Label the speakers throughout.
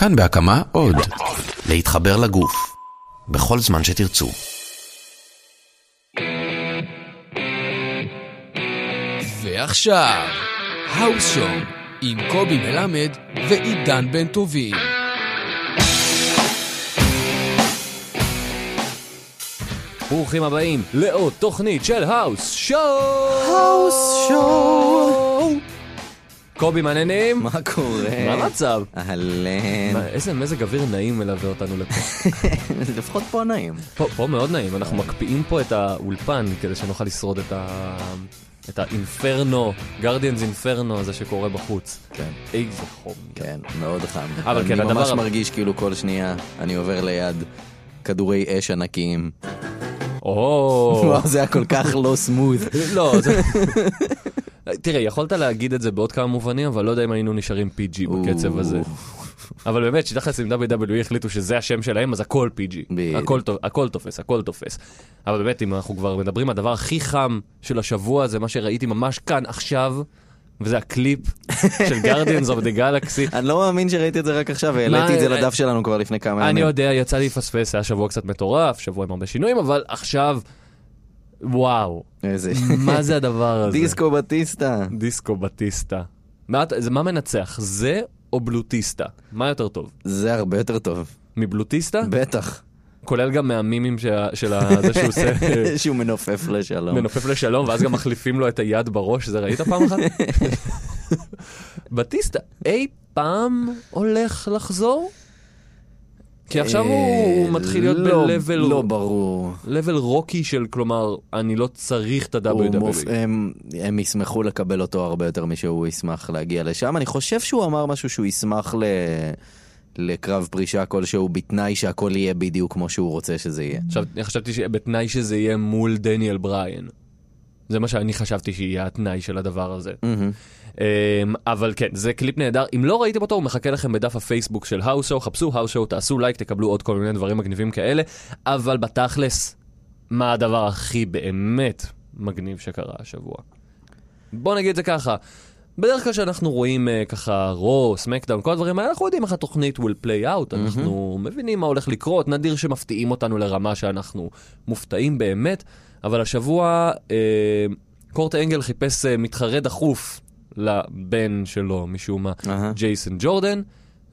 Speaker 1: כאן בהקמה עוד. להתחבר לגוף, בכל זמן שתרצו.
Speaker 2: ועכשיו, האוס שואו עם קובי מלמד ועידן בן טובים.
Speaker 3: ברוכים הבאים לעוד תוכנית של האוס שואו!
Speaker 4: האוס שואו!
Speaker 3: קובי, מעניינים?
Speaker 4: מה קורה?
Speaker 3: מה המצב?
Speaker 4: אהלן.
Speaker 3: מה, איזה מזג אוויר נעים מלווה אותנו לפה.
Speaker 4: לפחות פה נעים.
Speaker 3: פה, פה מאוד נעים, אנחנו מקפיאים פה את האולפן כדי שנוכל לשרוד את ה... את האינפרנו, גרדיאנס אינפרנו הזה שקורה בחוץ.
Speaker 4: כן.
Speaker 3: איזה חום.
Speaker 4: כן, מאוד חם.
Speaker 3: אבל כן, הדבר
Speaker 4: אני ממש
Speaker 3: הבא-
Speaker 4: מרגיש כאילו כל שנייה אני עובר ליד כדורי אש ענקיים.
Speaker 3: או...
Speaker 4: וואו, זה היה כל כך לא סמוד.
Speaker 3: לא, זה... תראה, יכולת להגיד את זה בעוד כמה מובנים, אבל לא יודע אם היינו נשארים PG בקצב הזה. אבל באמת, שתכלס עם WWE החליטו שזה השם שלהם, אז הכל PG.
Speaker 4: בדיוק.
Speaker 3: הכל, טוב- הכל תופס, הכל תופס. אבל באמת, אם אנחנו כבר מדברים, הדבר הכי חם של השבוע זה מה שראיתי ממש כאן עכשיו, וזה הקליפ של Guardians of the Galaxy.
Speaker 4: אני לא מאמין שראיתי את זה רק עכשיו, העליתי את זה
Speaker 3: אה,
Speaker 4: לדף שלנו כבר לפני כמה
Speaker 3: אני
Speaker 4: ימים.
Speaker 3: יודע, יצא לי לפספס, היה שבוע קצת מטורף, שבוע עם הרבה שינויים, אבל עכשיו, וואו,
Speaker 4: איזה...
Speaker 3: מה זה הדבר הזה?
Speaker 4: דיסקו בטיסטה.
Speaker 3: דיסקו בטיסטה. מה, אתה- זה- מה מנצח, זה או בלוטיסטה? מה יותר טוב?
Speaker 4: זה הרבה יותר טוב.
Speaker 3: מבלוטיסטה?
Speaker 4: בטח.
Speaker 3: כולל גם מהמימים שה- של ה- זה שהוא עושה...
Speaker 4: שהוא מנופף לשלום.
Speaker 3: מנופף לשלום, ואז גם מחליפים לו את היד בראש, זה ראית פעם אחת? בטיסטה, אי פעם הולך לחזור? כי עכשיו הוא הוא מתחיל להיות
Speaker 4: לא-
Speaker 3: ב-level
Speaker 4: לא ברור.
Speaker 3: level רוקי של, כלומר, אני לא צריך את
Speaker 4: הוא
Speaker 3: ה-WWE.
Speaker 4: מופ... אה, הם, הם ישמחו לקבל אותו הרבה יותר משהוא ישמח להגיע לשם. אני חושב שהוא אמר משהו שהוא ישמח ל... לקרב פרישה כלשהו, בתנאי שהכל יהיה בדיוק כמו שהוא רוצה שזה יהיה.
Speaker 3: עכשיו, אני חשבתי שבתנאי שזה יהיה מול דניאל בריין. זה מה שאני חשבתי שיהיה התנאי של הדבר הזה. אמ, אבל כן, זה קליפ נהדר. אם לא ראיתם אותו, הוא מחכה לכם בדף הפייסבוק של האוס שואו, חפשו האוס שואו, תעשו לייק, תקבלו עוד כל מיני דברים מגניבים כאלה. אבל בתכלס, מה הדבר הכי באמת מגניב שקרה השבוע? בוא נגיד את זה ככה. בדרך כלל כשאנחנו רואים אה, ככה רו, סמקדאון, כל הדברים האלה, אנחנו יודעים איך התוכנית will play out, אנחנו מבינים מה הולך לקרות, נדיר שמפתיעים אותנו לרמה שאנחנו מופתעים באמת, אבל השבוע אה, קורט אנגל חיפש אה, מתחרה דחוף לבן שלו משום מה,
Speaker 4: אהה.
Speaker 3: ג'ייסון ג'ורדן,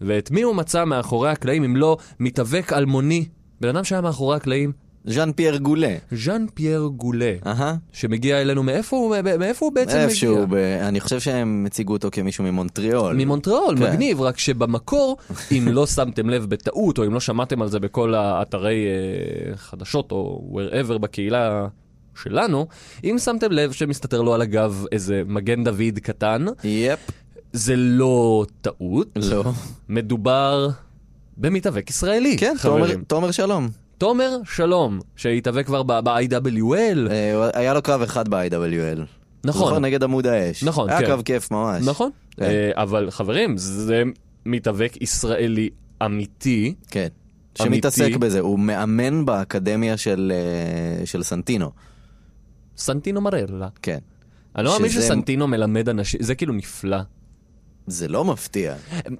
Speaker 3: ואת מי הוא מצא מאחורי הקלעים אם לא מתאבק אלמוני, בן אדם שהיה מאחורי הקלעים,
Speaker 4: ז'אן פייר גולה.
Speaker 3: ז'אן פייר גולה,
Speaker 4: אהה.
Speaker 3: שמגיע אלינו, מאיפה הוא, מאיפה הוא בעצם מגיע?
Speaker 4: איפשהו, ב... אני חושב שהם הציגו אותו כמישהו ממונטריאול.
Speaker 3: ממונטריאול,
Speaker 4: כן.
Speaker 3: מגניב, רק שבמקור, אם לא שמתם לב בטעות, או אם לא שמעתם על זה בכל האתרי אה, חדשות, או wherever בקהילה שלנו, אם שמתם לב שמסתתר לו על הגב איזה מגן דוד קטן,
Speaker 4: יפ.
Speaker 3: זה לא טעות.
Speaker 4: לא.
Speaker 3: מדובר במתאבק ישראלי,
Speaker 4: כן, תומר,
Speaker 3: חברים.
Speaker 4: תומר שלום.
Speaker 3: תומר שלום, שהתאבק כבר ב- ב-IWL.
Speaker 4: אה, הוא- היה לו קרב אחד ב-IWL.
Speaker 3: נכון,
Speaker 4: נגד עמוד האש.
Speaker 3: נכון,
Speaker 4: היה
Speaker 3: כן.
Speaker 4: קרב כיף ממש.
Speaker 3: נכון.
Speaker 4: כן.
Speaker 3: אה, אבל חברים, זה מתאבק ישראלי אמיתי.
Speaker 4: כן.
Speaker 3: אמיתי.
Speaker 4: שמתעסק בזה, הוא מאמן באקדמיה של, אה, של סנטינו,
Speaker 3: סנטינו מרלה.
Speaker 4: כן.
Speaker 3: אני לא מאמין
Speaker 4: שזה-
Speaker 3: שסנטינו מלמד אנשים, זה כאילו נפלא.
Speaker 4: זה לא מפתיע.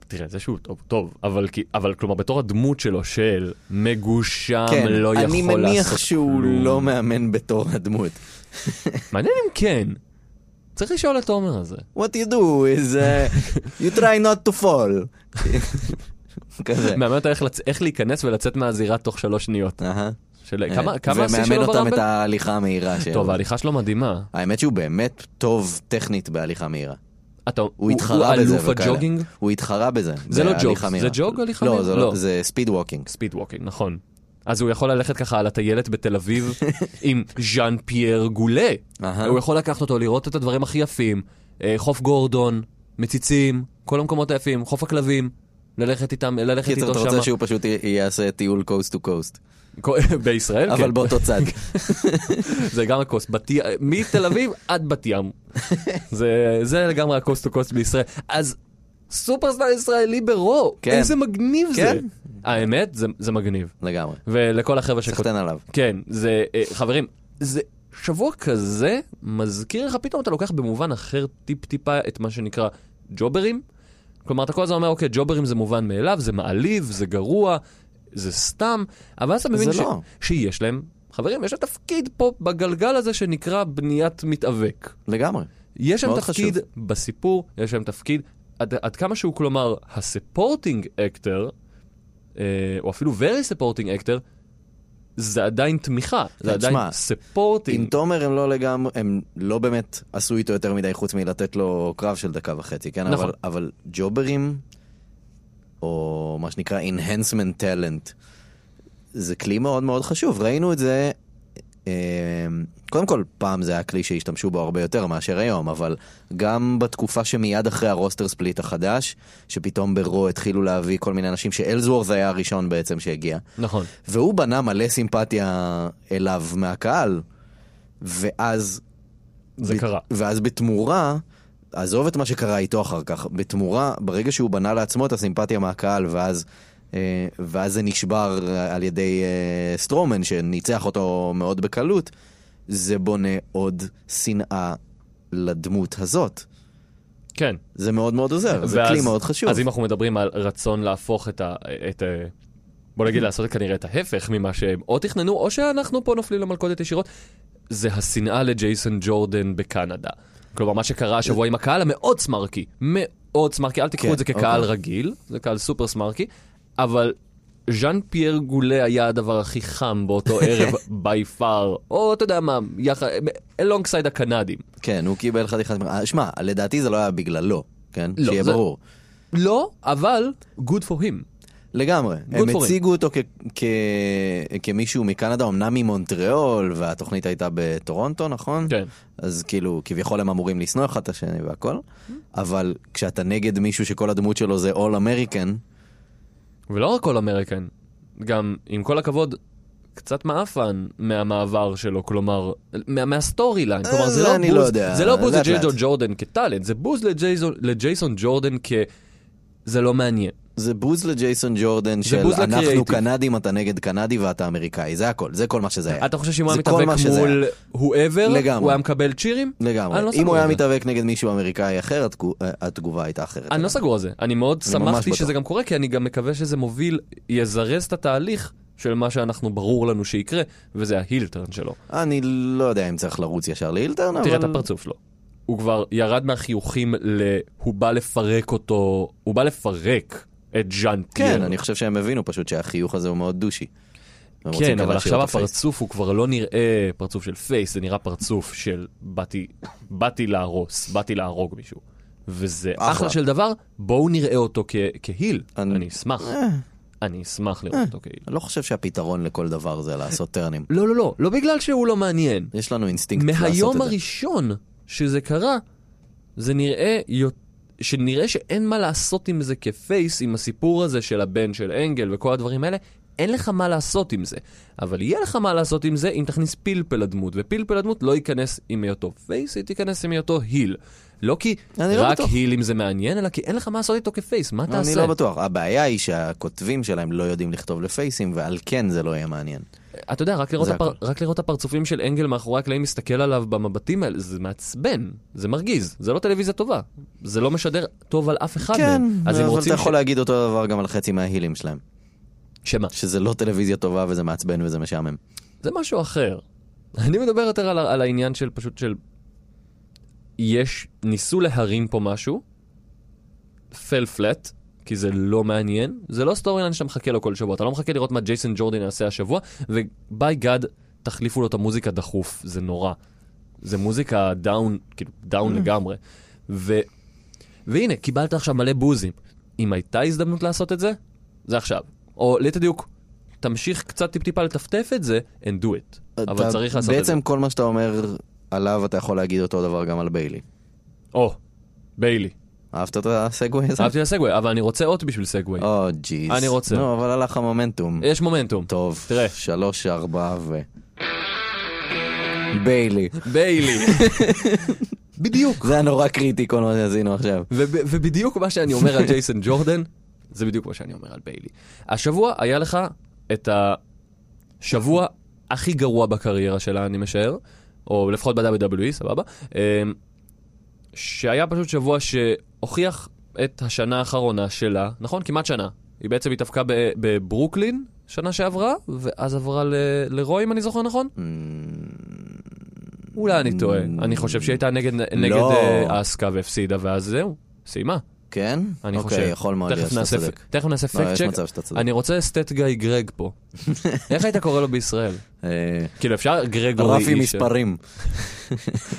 Speaker 3: תראה, זה שהוא טוב, טוב, אבל, כי- אבל כלומר, בתור הדמות שלו של מגושם, לא יכול
Speaker 4: כן. אני
Speaker 3: לעשות כלום.
Speaker 4: מניח שהוא לא מאמן בתור הדמות.
Speaker 3: מעניין אם כן. צריך לשאול את תומר הזה.
Speaker 4: What you do is uh, you try not to fall. כזה.
Speaker 3: מאמן אותה איך, לצ... איך להיכנס ולצאת מהזירה תוך שלוש שניות.
Speaker 4: אהה.
Speaker 3: של...
Speaker 4: אה,
Speaker 3: כמה, כמה השיא
Speaker 4: ומאמן
Speaker 3: שלו
Speaker 4: אותם את
Speaker 3: ברמבל?
Speaker 4: ההליכה המהירה שלו.
Speaker 3: טוב, ההליכה שלו מדהימה.
Speaker 4: האמת שהוא באמת טוב טכנית בהליכה מהירה.
Speaker 3: אתה,
Speaker 4: הוא התחרה בזה
Speaker 3: הוא אלוף
Speaker 4: וכאלה.
Speaker 3: הג'וגינג?
Speaker 4: הוא התחרה בזה.
Speaker 3: זה לא
Speaker 4: בהליכה
Speaker 3: ג'וג, זה
Speaker 4: מהירה.
Speaker 3: ג'וג הליכה
Speaker 4: לא,
Speaker 3: מהירה?
Speaker 4: זה לא,
Speaker 3: לא.
Speaker 4: זה ספיד ווקינג.
Speaker 3: ספיד ווקינג, נכון. אז הוא יכול ללכת ככה על הטיילת בתל אביב עם ז'אן פייר גולה.
Speaker 4: אהה.
Speaker 3: הוא יכול לקחת אותו, לראות את הדברים הכי יפים. אה, חוף גורדון, מציצים, כל המקומות היפים, חוף הכלבים. ללכת איתם, ללכת
Speaker 4: קיצר, אתה
Speaker 3: איתו
Speaker 4: רוצה
Speaker 3: שמה.
Speaker 4: שהוא פשוט י- יעשה טיול קוסט טו קוסט.
Speaker 3: כל- בישראל,
Speaker 4: אבל
Speaker 3: כן.
Speaker 4: באותו צד.
Speaker 3: זה גם הכוס, בת... מתל אביב עד בת ים. זה, זה לגמרי הכוס טו כוס בישראל. אז סופרסטאר ישראלי ברו,
Speaker 4: כן.
Speaker 3: איזה מגניב זה.
Speaker 4: כן.
Speaker 3: האמת, זה, זה מגניב.
Speaker 4: לגמרי.
Speaker 3: ולכל החבר'ה שכותבים.
Speaker 4: סחטיין עליו.
Speaker 3: כן, זה, אה, חברים, זה שבוע כזה מזכיר לך, פתאום אתה לוקח במובן אחר טיפ-טיפה את מה שנקרא ג'וברים, כלומר, אתה כל הזמן אומר, אוקיי, ג'וברים זה מובן מאליו, זה מעליב, זה גרוע, זה סתם, אבל אז אתה מבין
Speaker 4: זה לא.
Speaker 3: שיש להם, חברים, יש להם תפקיד פה בגלגל הזה שנקרא בניית מתאבק.
Speaker 4: לגמרי.
Speaker 3: יש להם
Speaker 4: מאוד
Speaker 3: תפקיד חשוב. בסיפור, יש להם תפקיד, עד, עד כמה שהוא, כלומר, הספורטינג אקטר, אה, או אפילו very ספורטינג אקטר, זה עדיין תמיכה, זה
Speaker 4: תשמע,
Speaker 3: עדיין
Speaker 4: עם
Speaker 3: ספורטינג.
Speaker 4: תומר הם לא לגמרי, הם לא באמת עשו איתו יותר מדי חוץ מלתת לו קרב של דקה וחצי, כן?
Speaker 3: נכון.
Speaker 4: אבל, אבל ג'וברים, או מה שנקרא enhancement talent, זה כלי מאוד מאוד חשוב. ראינו את זה, אה, קודם כל, פעם זה היה כלי שהשתמשו בו הרבה יותר מאשר היום, אבל גם בתקופה שמיד אחרי הרוסטר ספליט החדש, שפתאום ברו התחילו להביא כל מיני אנשים, שאלזוורף היה הראשון בעצם שהגיע.
Speaker 3: נכון.
Speaker 4: והוא בנה מלא סימפתיה אליו מהקהל, ואז...
Speaker 3: זה קרה.
Speaker 4: ואז בתמורה, עזוב את מה שקרה איתו אחר כך, בתמורה, ברגע שהוא בנה לעצמו את הסימפתיה מהקהל, ואז... אה, ואז זה נשבר על ידי אה, סטרומן, שניצח אותו מאוד בקלות, זה בונה עוד שנאה לדמות הזאת.
Speaker 3: כן.
Speaker 4: זה מאוד מאוד עוזר, זה
Speaker 3: ואז-
Speaker 4: כלי מאוד חשוב.
Speaker 3: אז אם אנחנו מדברים על רצון להפוך את ה... את, ה- בוא נגיד לעשות כנראה את ההפך ממה שהם או תכננו, או שאנחנו פה נופלים למלכודת ישירות, זה השנאה לג'ייסון ג'ורדן בקנדה. כלומר, מה שקרה השבוע עם הקהל המאוד סמרקי, מאוד סמרקי, אל תיקחו
Speaker 4: כן,
Speaker 3: את זה כקהל
Speaker 4: אוקיי.
Speaker 3: רגיל, זה קהל סופר סמרקי, אבל ז'אן פייר גולה היה הדבר הכי חם באותו ערב בי פאר, או אתה יודע מה, יחד, אלונגסייד הקנדים.
Speaker 4: כן, הוא קיבל חתיכת... אה, שמע, לדעתי זה לא היה בגללו, כן?
Speaker 3: לא,
Speaker 4: שיהיה
Speaker 3: זה-
Speaker 4: ברור.
Speaker 3: לא, אבל good for him.
Speaker 4: לגמרי. הם
Speaker 3: for him.
Speaker 4: הציגו אותו כ- כ- כמישהו מקנדה, אמנם ממונטריאול, והתוכנית הייתה בטורונטו, נכון?
Speaker 3: כן.
Speaker 4: אז כאילו, כביכול הם אמורים לשנוא אחד את השני והכל,
Speaker 3: Mm-hmm.
Speaker 4: אבל כשאתה נגד מישהו שכל הדמות שלו זה All American,
Speaker 3: ולא רק כל אמריקן, גם עם כל הכבוד, קצת מעפן מהמעבר שלו, כלומר, מה, מהסטורי ליין, כלומר זה
Speaker 4: זה
Speaker 3: לא
Speaker 4: אני
Speaker 3: בוז,
Speaker 4: לא יודע,
Speaker 3: זה לא בוז
Speaker 4: לאט
Speaker 3: לג'ייסון
Speaker 4: לאט.
Speaker 3: ג'ורדן כטאלנט, זה בוז לג'ייסון, לג'ייסון ג'ורדן כ... זה לא מעניין.
Speaker 4: זה בוז לג'ייסון ג'ורדן של
Speaker 3: בוז
Speaker 4: אנחנו
Speaker 3: לקריאייטיב.
Speaker 4: קנדים, אתה נגד קנדי ואתה אמריקאי, זה הכל, זה כל מה שזה היה.
Speaker 3: אתה חושב שאם הוא היה
Speaker 4: אה, זה כל
Speaker 3: מתאבק
Speaker 4: מה שזה
Speaker 3: מול whoever,
Speaker 4: לגמרי.
Speaker 3: הוא היה מקבל צ'ירים?
Speaker 4: לגמרי.
Speaker 3: אני לא
Speaker 4: אם
Speaker 3: סגור
Speaker 4: הוא היה
Speaker 3: על זה.
Speaker 4: מתאבק נגד מישהו אמריקאי אחר, התגו- התגובה הייתה אחרת.
Speaker 3: אני לא סגור על זה, אני מאוד
Speaker 4: אני ממש
Speaker 3: שמחתי שזה
Speaker 4: בטוח.
Speaker 3: גם קורה, כי אני גם מקווה שזה מוביל, יזרז את התהליך של מה שאנחנו, ברור לנו שיקרה, וזה ההילטרן שלו.
Speaker 4: אני לא יודע אם צריך לרוץ ישר לאילטרן, אבל...
Speaker 3: תראה את הפרצוף שלו. הוא כבר ירד מהחיוכים ל... הוא בא לפרק אותו, הוא בא לפרק את ז'אן פייר.
Speaker 4: כן, אני חושב שהם הבינו פשוט שהחיוך הזה הוא מאוד דושי. והם רוצים
Speaker 3: כן,
Speaker 4: כמה
Speaker 3: אבל
Speaker 4: להשאיר
Speaker 3: עכשיו
Speaker 4: אותו פייס.
Speaker 3: הפרצוף הוא כבר לא נראה פרצוף של פייס, זה נראה פרצוף של באתי, באתי להרוס, באתי להרוג מישהו. וזה אחלה,
Speaker 4: אחלה.
Speaker 3: של דבר, בואו נראה אותו כ- כהיל. אני,
Speaker 4: אני- אה.
Speaker 3: אשמח, אני אשמח לראות אותו כהיל.
Speaker 4: אני לא חושב שהפתרון לכל דבר זה לעשות טרנים.
Speaker 3: לא, לא, לא, לא בגלל שהוא לא מעניין.
Speaker 4: יש לנו אינסטינקט לעשות את זה.
Speaker 3: מהיום הראשון שזה קרה, זה נראה, יו- שנראה שאין מה לעשות עם זה כפייס, עם הסיפור הזה של הבן של אנגל וכל הדברים האלה, אין לך מה לעשות עם זה. אבל יהיה לך מה לעשות עם זה אם תכניס פלפל לדמות, ופלפל לדמות לא ייכנס עם היותו פייס, היא תיכנס עם היותו היל. לא כי
Speaker 4: אני לא
Speaker 3: רק
Speaker 4: בטוח.
Speaker 3: היל אם זה מעניין, אלא כי אין לך מה לעשות איתו כפייס, מה תעשה?
Speaker 4: אני לא בטוח. הבעיה היא שהכותבים שלהם לא יודעים לכתוב לפייסים, ועל כן זה לא יהיה מעניין.
Speaker 3: אתה יודע, רק לראות,
Speaker 4: זה
Speaker 3: הפר...
Speaker 4: הכל.
Speaker 3: רק לראות הפרצופים של אנגל מאחורי הקלעים מסתכל עליו במבטים האלה, זה מעצבן, זה מרגיז, זה לא טלוויזיה טובה. זה לא משדר טוב על אף אחד
Speaker 4: כן,
Speaker 3: מהם. אז אם
Speaker 4: אבל
Speaker 3: רוצים
Speaker 4: אתה יכול להגיד אותו דבר גם על חצי מההילים שלהם.
Speaker 3: ש... שמה?
Speaker 4: שזה לא טלוויזיה טובה וזה מעצבן וזה משעמם.
Speaker 3: זה משהו אחר. אני מדבר יותר על, ה- על העניין של פשוט של... יש, ניסו להרים פה משהו, fell flat, כי זה לא מעניין, זה לא סטורי ליין שאתה מחכה לו כל שבוע, אתה לא מחכה לראות מה ג'ייסון ג'ורדן יעשה השבוע, וביי גאד, תחליפו לו את המוזיקה דחוף, זה נורא. זה מוזיקה דאון, כאילו
Speaker 4: Mm.
Speaker 3: דאון לגמרי. ו... והנה, קיבלת עכשיו מלא בוזים. אם הייתה הזדמנות לעשות את זה, זה עכשיו. או ליתר דיוק, תמשיך קצת טיפ-טיפה לטפטף את זה, and do it. אבל
Speaker 4: אתה-
Speaker 3: צריך לעשות את זה.
Speaker 4: בעצם כל מה שאתה אומר עליו, אתה יכול להגיד אותו דבר גם על ביילי.
Speaker 3: או, ביילי.
Speaker 4: אהבת את הסגווי הזה?
Speaker 3: אהבתי את הסגווי, אבל אני רוצה אות בשביל סגווי.
Speaker 4: או, ג'יז.
Speaker 3: אני רוצה.
Speaker 4: נו, אבל הלך המומנטום.
Speaker 3: יש מומנטום.
Speaker 4: טוב,
Speaker 3: תראה.
Speaker 4: שלוש, ארבע ו... ביילי.
Speaker 3: ביילי. בדיוק.
Speaker 4: זה היה נורא קריטי כל מה שעשינו עכשיו.
Speaker 3: וב- ובדיוק מה שאני אומר על ג'ייסון ג'ורדן, זה בדיוק מה שאני אומר על ביילי. השבוע היה לך את השבוע הכי גרוע בקריירה שלה, אני משער, או E, לפחות ב-WWE, סבבה, אמ, שהיה פשוט שבוע שהוכיח את השנה האחרונה שלה, נכון? כמעט שנה. היא בעצם התאבקה ב- בברוקלין שנה שעברה, ואז עברה ל- לרוי, אם אני זוכר נכון?
Speaker 4: Mm,
Speaker 3: אולי אני טועה. אני חושב שהיא הייתה נגד נגד, אה,
Speaker 4: לא.
Speaker 3: אסקה והפסידה, ואז זהו, סיימה.
Speaker 4: כן?
Speaker 3: אני
Speaker 4: אוקיי,
Speaker 3: חושב.
Speaker 4: יכול מאוד להיות
Speaker 3: תכף
Speaker 4: שאתה
Speaker 3: נעשה-
Speaker 4: צודק.
Speaker 3: תכף נעשה
Speaker 4: לא,
Speaker 3: פקט
Speaker 4: יש מצב
Speaker 3: צ'ק.
Speaker 4: שאתה צודק.
Speaker 3: אני רוצה סטט גיא גרג פה. איך היית קורא לו בישראל?
Speaker 4: אה,
Speaker 3: כאילו אפשר גרגורי
Speaker 4: רפי
Speaker 3: איש-
Speaker 4: מספרים.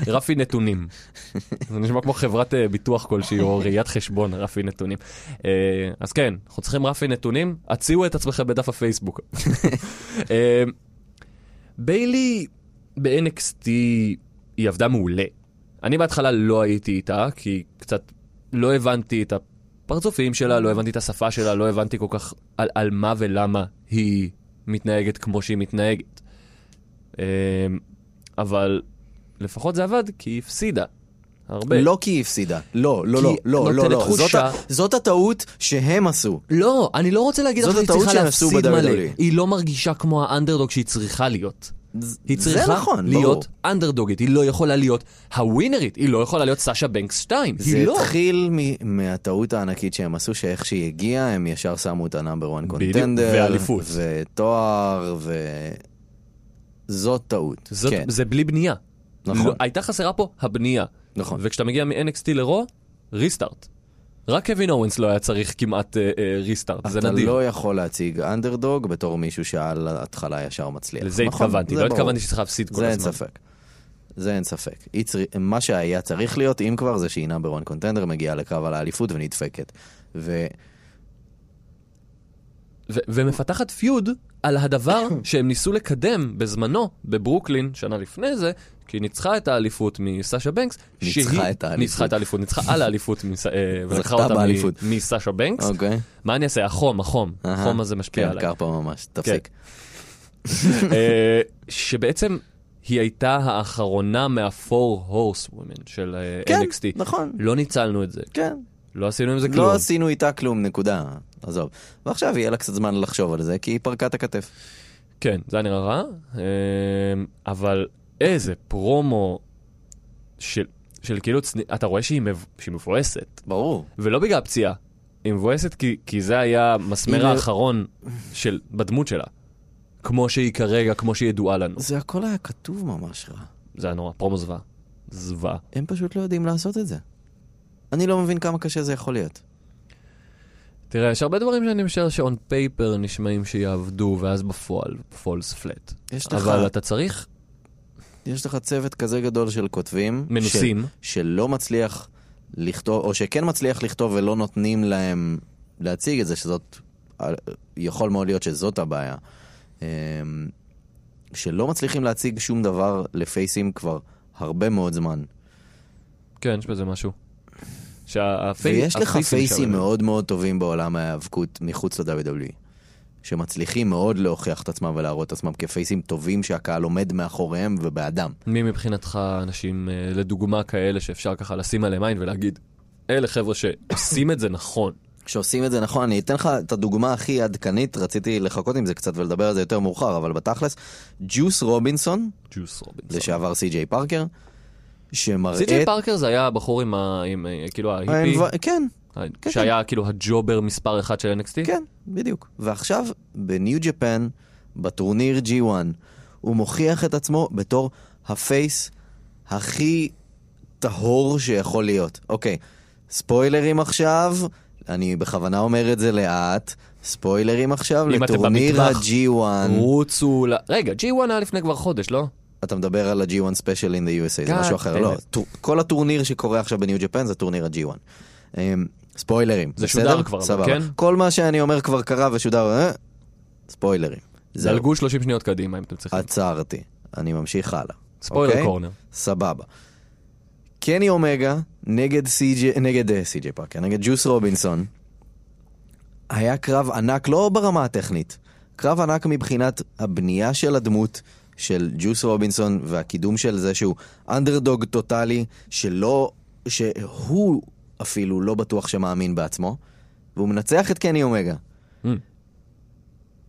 Speaker 3: רפי נתונים. זה נשמע כמו חברת אה, ביטוח כלשהי או ראיית חשבון, רפי נתונים. אה, אז כן, אנחנו צריכים רפי נתונים, הציעו את עצמכם בדף הפייסבוק. אה, ביילי ב-NXT היא עבדה מעולה. אני בהתחלה לא הייתי איתה, כי קצת לא הבנתי את הפרצופים שלה, לא הבנתי את השפה שלה, לא הבנתי כל כך על, על מה ולמה היא מתנהגת כמו שהיא מתנהגת. אה, אבל לפחות זה עבד, כי היא הפסידה. הרבה.
Speaker 4: לא כי היא הפסידה. לא, לא, לא,
Speaker 3: כי
Speaker 4: לא, לא,
Speaker 3: נותנת
Speaker 4: לא. זאת ה-
Speaker 3: תחושה-
Speaker 4: זאת הטעות שהם עשו.
Speaker 3: לא, אני לא רוצה להגיד לך
Speaker 4: זאת
Speaker 3: שהיא
Speaker 4: הטעות
Speaker 3: צריכה
Speaker 4: שעשו
Speaker 3: להפסיד מלא.
Speaker 4: ב-WWE.
Speaker 3: היא לא מרגישה כמו האנדרדוג שהיא צריכה להיות. היא
Speaker 4: זה
Speaker 3: צריכה
Speaker 4: נכון, ברור.
Speaker 3: להיות אנדרדוגית, היא לא יכולה להיות הווינרית, היא לא יכולה להיות סאשה בנקס 2,
Speaker 4: זה
Speaker 3: היא לא.
Speaker 4: התחיל מ- מהטעות הענקית שהם עשו, שאיך שהיא הגיעה, הם ישר שמו את הנאמבר 1
Speaker 3: בדיוק,
Speaker 4: קונטנדר.
Speaker 3: ואליפות.
Speaker 4: ותואר, ו... זאת טעות.
Speaker 3: זאת,
Speaker 4: כן,
Speaker 3: זה בלי בנייה.
Speaker 4: נכון.
Speaker 3: לא, הייתה חסרה פה הבנייה.
Speaker 4: נכון.
Speaker 3: וכשאתה מגיע מ-NXT לרו, ריסטארט. רק קווין אורנס לא היה צריך כמעט אה, אה, ריסטארט, זה
Speaker 4: אתה
Speaker 3: נדיר.
Speaker 4: לא יכול להציג אנדרדוג בתור מישהו שעל ההתחלה ישר מצליח.
Speaker 3: לזה
Speaker 4: נכון,
Speaker 3: התכוונתי,
Speaker 4: זה
Speaker 3: לא
Speaker 4: ברור.
Speaker 3: התכוונתי שצריך להפסיד כל
Speaker 4: זה אין
Speaker 3: הזמן.
Speaker 4: ספק. זה אין ספק. היא צר... מה שהיה צריך להיות, אם כבר, זה שהיא נאמבר 1 קונטנדר, מגיעה לקרב על האליפות ונדפקת. ו...
Speaker 3: ו- ומפתחת פיוד על הדבר שהם ניסו לקדם בזמנו בברוקלין, שנה לפני זה, כי היא ניצחה את האליפות מסאשה בנקס.
Speaker 4: ניצחה את האליפות.
Speaker 3: ניצחה את האליפות, ניצחה על האליפות, מס- אה,
Speaker 4: זכתה
Speaker 3: ולקחה אותה מ-
Speaker 4: באליפות.
Speaker 3: מסאשה בנקס.
Speaker 4: אוקיי.
Speaker 3: מה אני אעשה? החום, החום. החום הזה משפיע
Speaker 4: כן,
Speaker 3: עליי.
Speaker 4: קרפה ממש, תפסיק.
Speaker 3: אה, שבעצם היא הייתה האחרונה מהפור הורס וומן של אה,
Speaker 4: כן,
Speaker 3: NXT.
Speaker 4: נכון.
Speaker 3: לא ניצלנו את זה,
Speaker 4: כן.
Speaker 3: לא עשינו עם זה כלום.
Speaker 4: לא עשינו איתה כלום, נקודה. עזוב. ועכשיו יהיה לה קצת זמן לחשוב על זה, כי היא פרקה את הכתף.
Speaker 3: כן, זה היה נראה רע, אמ, אבל איזה פרומו של, של כאילו, צני- אתה רואה שהיא, מב, שהיא מבואסת,
Speaker 4: ברור.
Speaker 3: ולא בגלל הפציעה, היא מבואסת כי, כי זה היה המסמר
Speaker 4: היא-
Speaker 3: האחרון של, בדמות שלה, כמו שהיא כרגע, כמו שהיא ידועה לנו.
Speaker 4: זה הכל היה כתוב ממש רע.
Speaker 3: זה היה נורא, פרומו זוועה. זוועה.
Speaker 4: הם פשוט לא יודעים לעשות את זה. אני לא מבין כמה קשה זה יכול להיות.
Speaker 3: תראה, יש הרבה דברים שאני משער שאון פייפר נשמעים שיעבדו, ואז בפועל, פולס פלט.
Speaker 4: יש לך-
Speaker 3: אבל אתה צריך
Speaker 4: יש לך צוות כזה גדול של כותבים.
Speaker 3: מנוסים.
Speaker 4: ש... שלא מצליח לכתוב, או שכן מצליח לכתוב ולא נותנים להם להציג את זה, שזאת, יכול מאוד להיות שזאת הבעיה. אמ, שלא מצליחים להציג שום דבר לפייסים כבר הרבה מאוד זמן.
Speaker 3: כן, יש בזה משהו. שהפייס,
Speaker 4: ויש לך
Speaker 3: הפייסים
Speaker 4: פייסים
Speaker 3: שם-
Speaker 4: מאוד מאוד טובים בעולם ההיאבקות מחוץ ל-WWE, שמצליחים מאוד להוכיח את עצמם ולהראות את עצמם כפייסים טובים שהקהל עומד מאחוריהם ובעדם.
Speaker 3: מי מבחינתך אנשים, אה, לדוגמה, כאלה שאפשר ככה לשים עליהם עין ולהגיד, אלה חבר'ה שעושים את זה נכון.
Speaker 4: שעושים את זה נכון, אני אתן לך את הדוגמה הכי עדכנית, רציתי לחכות עם זה קצת ולדבר על זה יותר מאוחר, אבל בתכלס, ג'וס רובינסון,
Speaker 3: ג'וס רובינסון.
Speaker 4: לשעבר סי.ג'יי פארקר, שמראה...
Speaker 3: סי.ג'יי
Speaker 4: את-
Speaker 3: פרקר זה היה הבחור עם ה... עם אה, כאילו ההיפי,
Speaker 4: האנב- כן,
Speaker 3: ה-
Speaker 4: כן.
Speaker 3: שהיה כאילו הג'ובר מספר אחת של NXT?
Speaker 4: כן, בדיוק. ועכשיו, בניו ג'פן, בטורניר G1, הוא מוכיח את עצמו בתור הפייס הכי טהור שיכול להיות. אוקיי, ספוילרים עכשיו, אני בכוונה אומר את זה לאט, ספוילרים עכשיו
Speaker 3: אם אתם
Speaker 4: לטורניר
Speaker 3: במטווח,
Speaker 4: ה-G1.
Speaker 3: רוצו ל... רגע, G1 היה לפני כבר חודש, לא?
Speaker 4: אתה מדבר על ה-G1 Special in the USA, זה
Speaker 3: God
Speaker 4: משהו אחר.
Speaker 3: damn
Speaker 4: לא,
Speaker 3: it.
Speaker 4: טור- כל הטורניר שקורה עכשיו בניו ג'פן זה טורניר ה-G1. אמ, ספוילרים,
Speaker 3: זה
Speaker 4: בסדר?
Speaker 3: שודר כבר, אבל
Speaker 4: סבבה.
Speaker 3: כן?
Speaker 4: כל מה שאני אומר כבר קרה ושודר, אה? ספוילרים. זהו,
Speaker 3: דלגו 30 שניות קדימה אם אתם צריכים.
Speaker 4: עצרתי, אני ממשיך הלאה.
Speaker 3: ספוילר
Speaker 4: אוקיי?
Speaker 3: קורנר.
Speaker 4: סבבה. קני אומגה נגד סי.ג'י, נגד אה, סי.ג'י פארקר, נגד ג'וס רובינסון. היה קרב ענק, לא ברמה הטכנית, קרב ענק מבחינת הבנייה של הדמות של ג'וס רובינסון והקידום של זה שהוא אנדרדוג טוטאלי, שלא, שהוא אפילו לא בטוח שמאמין בעצמו, והוא מנצח את קני אומגה.
Speaker 3: Mm.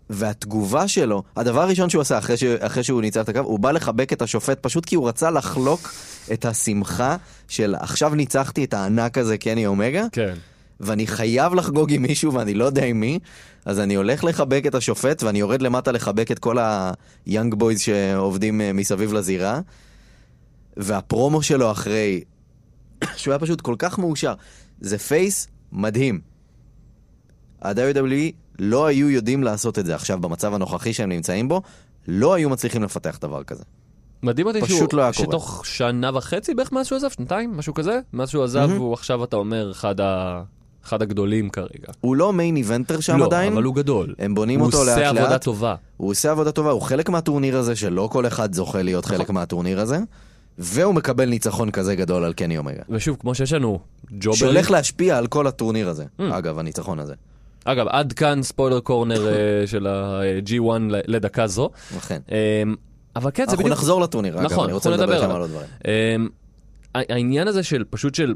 Speaker 4: והתגובה שלו, הדבר הראשון שהוא עשה אחרי, ש... אחרי שהוא ניצח את הקרב, הוא בא לחבק את השופט פשוט כי הוא רצה לחלוק את השמחה של עכשיו ניצחתי את הענק הזה קני אומגה,
Speaker 3: כן.
Speaker 4: ואני חייב לחגוג עם מישהו ואני לא יודע עם מי, אז אני הולך לחבק את השופט ואני יורד למטה לחבק את כל היאנג בויז שעובדים אה, מסביב לזירה. והפרומו שלו אחרי, שהוא היה פשוט כל כך מאושר. זה פייס מדהים. ה-WWE לא היו יודעים לעשות את זה עכשיו במצב הנוכחי שהם נמצאים בו, לא היו מצליחים לפתח דבר כזה.
Speaker 3: מדהים אותי
Speaker 4: פשוט
Speaker 3: שהוא,
Speaker 4: לא היה קורה.
Speaker 3: שתוך שנה וחצי בערך מאז שהוא עזב, שנתיים, משהו כזה, מאז שהוא עזב,
Speaker 4: מהמם.
Speaker 3: הוא עכשיו, אתה אומר, אחד ה- אחד הגדולים כרגע.
Speaker 4: הוא לא מיין איבנטר שם
Speaker 3: לא,
Speaker 4: עדיין,
Speaker 3: אבל הוא גדול.
Speaker 4: הם בונים
Speaker 3: הוא
Speaker 4: אותו לאט
Speaker 3: עושה
Speaker 4: לאט,
Speaker 3: עבודה טובה.
Speaker 4: הוא עושה עבודה טובה, הוא חלק מהטורניר הזה שלא כל אחד זוכה להיות חלק
Speaker 3: נכון.
Speaker 4: מהטורניר הזה, והוא מקבל ניצחון כזה גדול על קני אומגה.
Speaker 3: ושוב, כמו שיש לנו ג'וברים,
Speaker 4: שהולך להשפיע על כל הטורניר הזה,
Speaker 3: Mm.
Speaker 4: אגב, הניצחון הזה.
Speaker 3: אגב, עד כאן ספוילר קורנר אה, של ה-G1 לדקה זו.
Speaker 4: אכן.
Speaker 3: אמ, אבל כן, זה
Speaker 4: אנחנו
Speaker 3: בדיוק...
Speaker 4: נחזור לטורניר, אגב,
Speaker 3: נכון,
Speaker 4: אני רוצה
Speaker 3: אנחנו
Speaker 4: לדבר
Speaker 3: נדבר
Speaker 4: איתכם
Speaker 3: עליו.
Speaker 4: על עוד דברים.
Speaker 3: אמ, ה- העניין הזה של פשוט של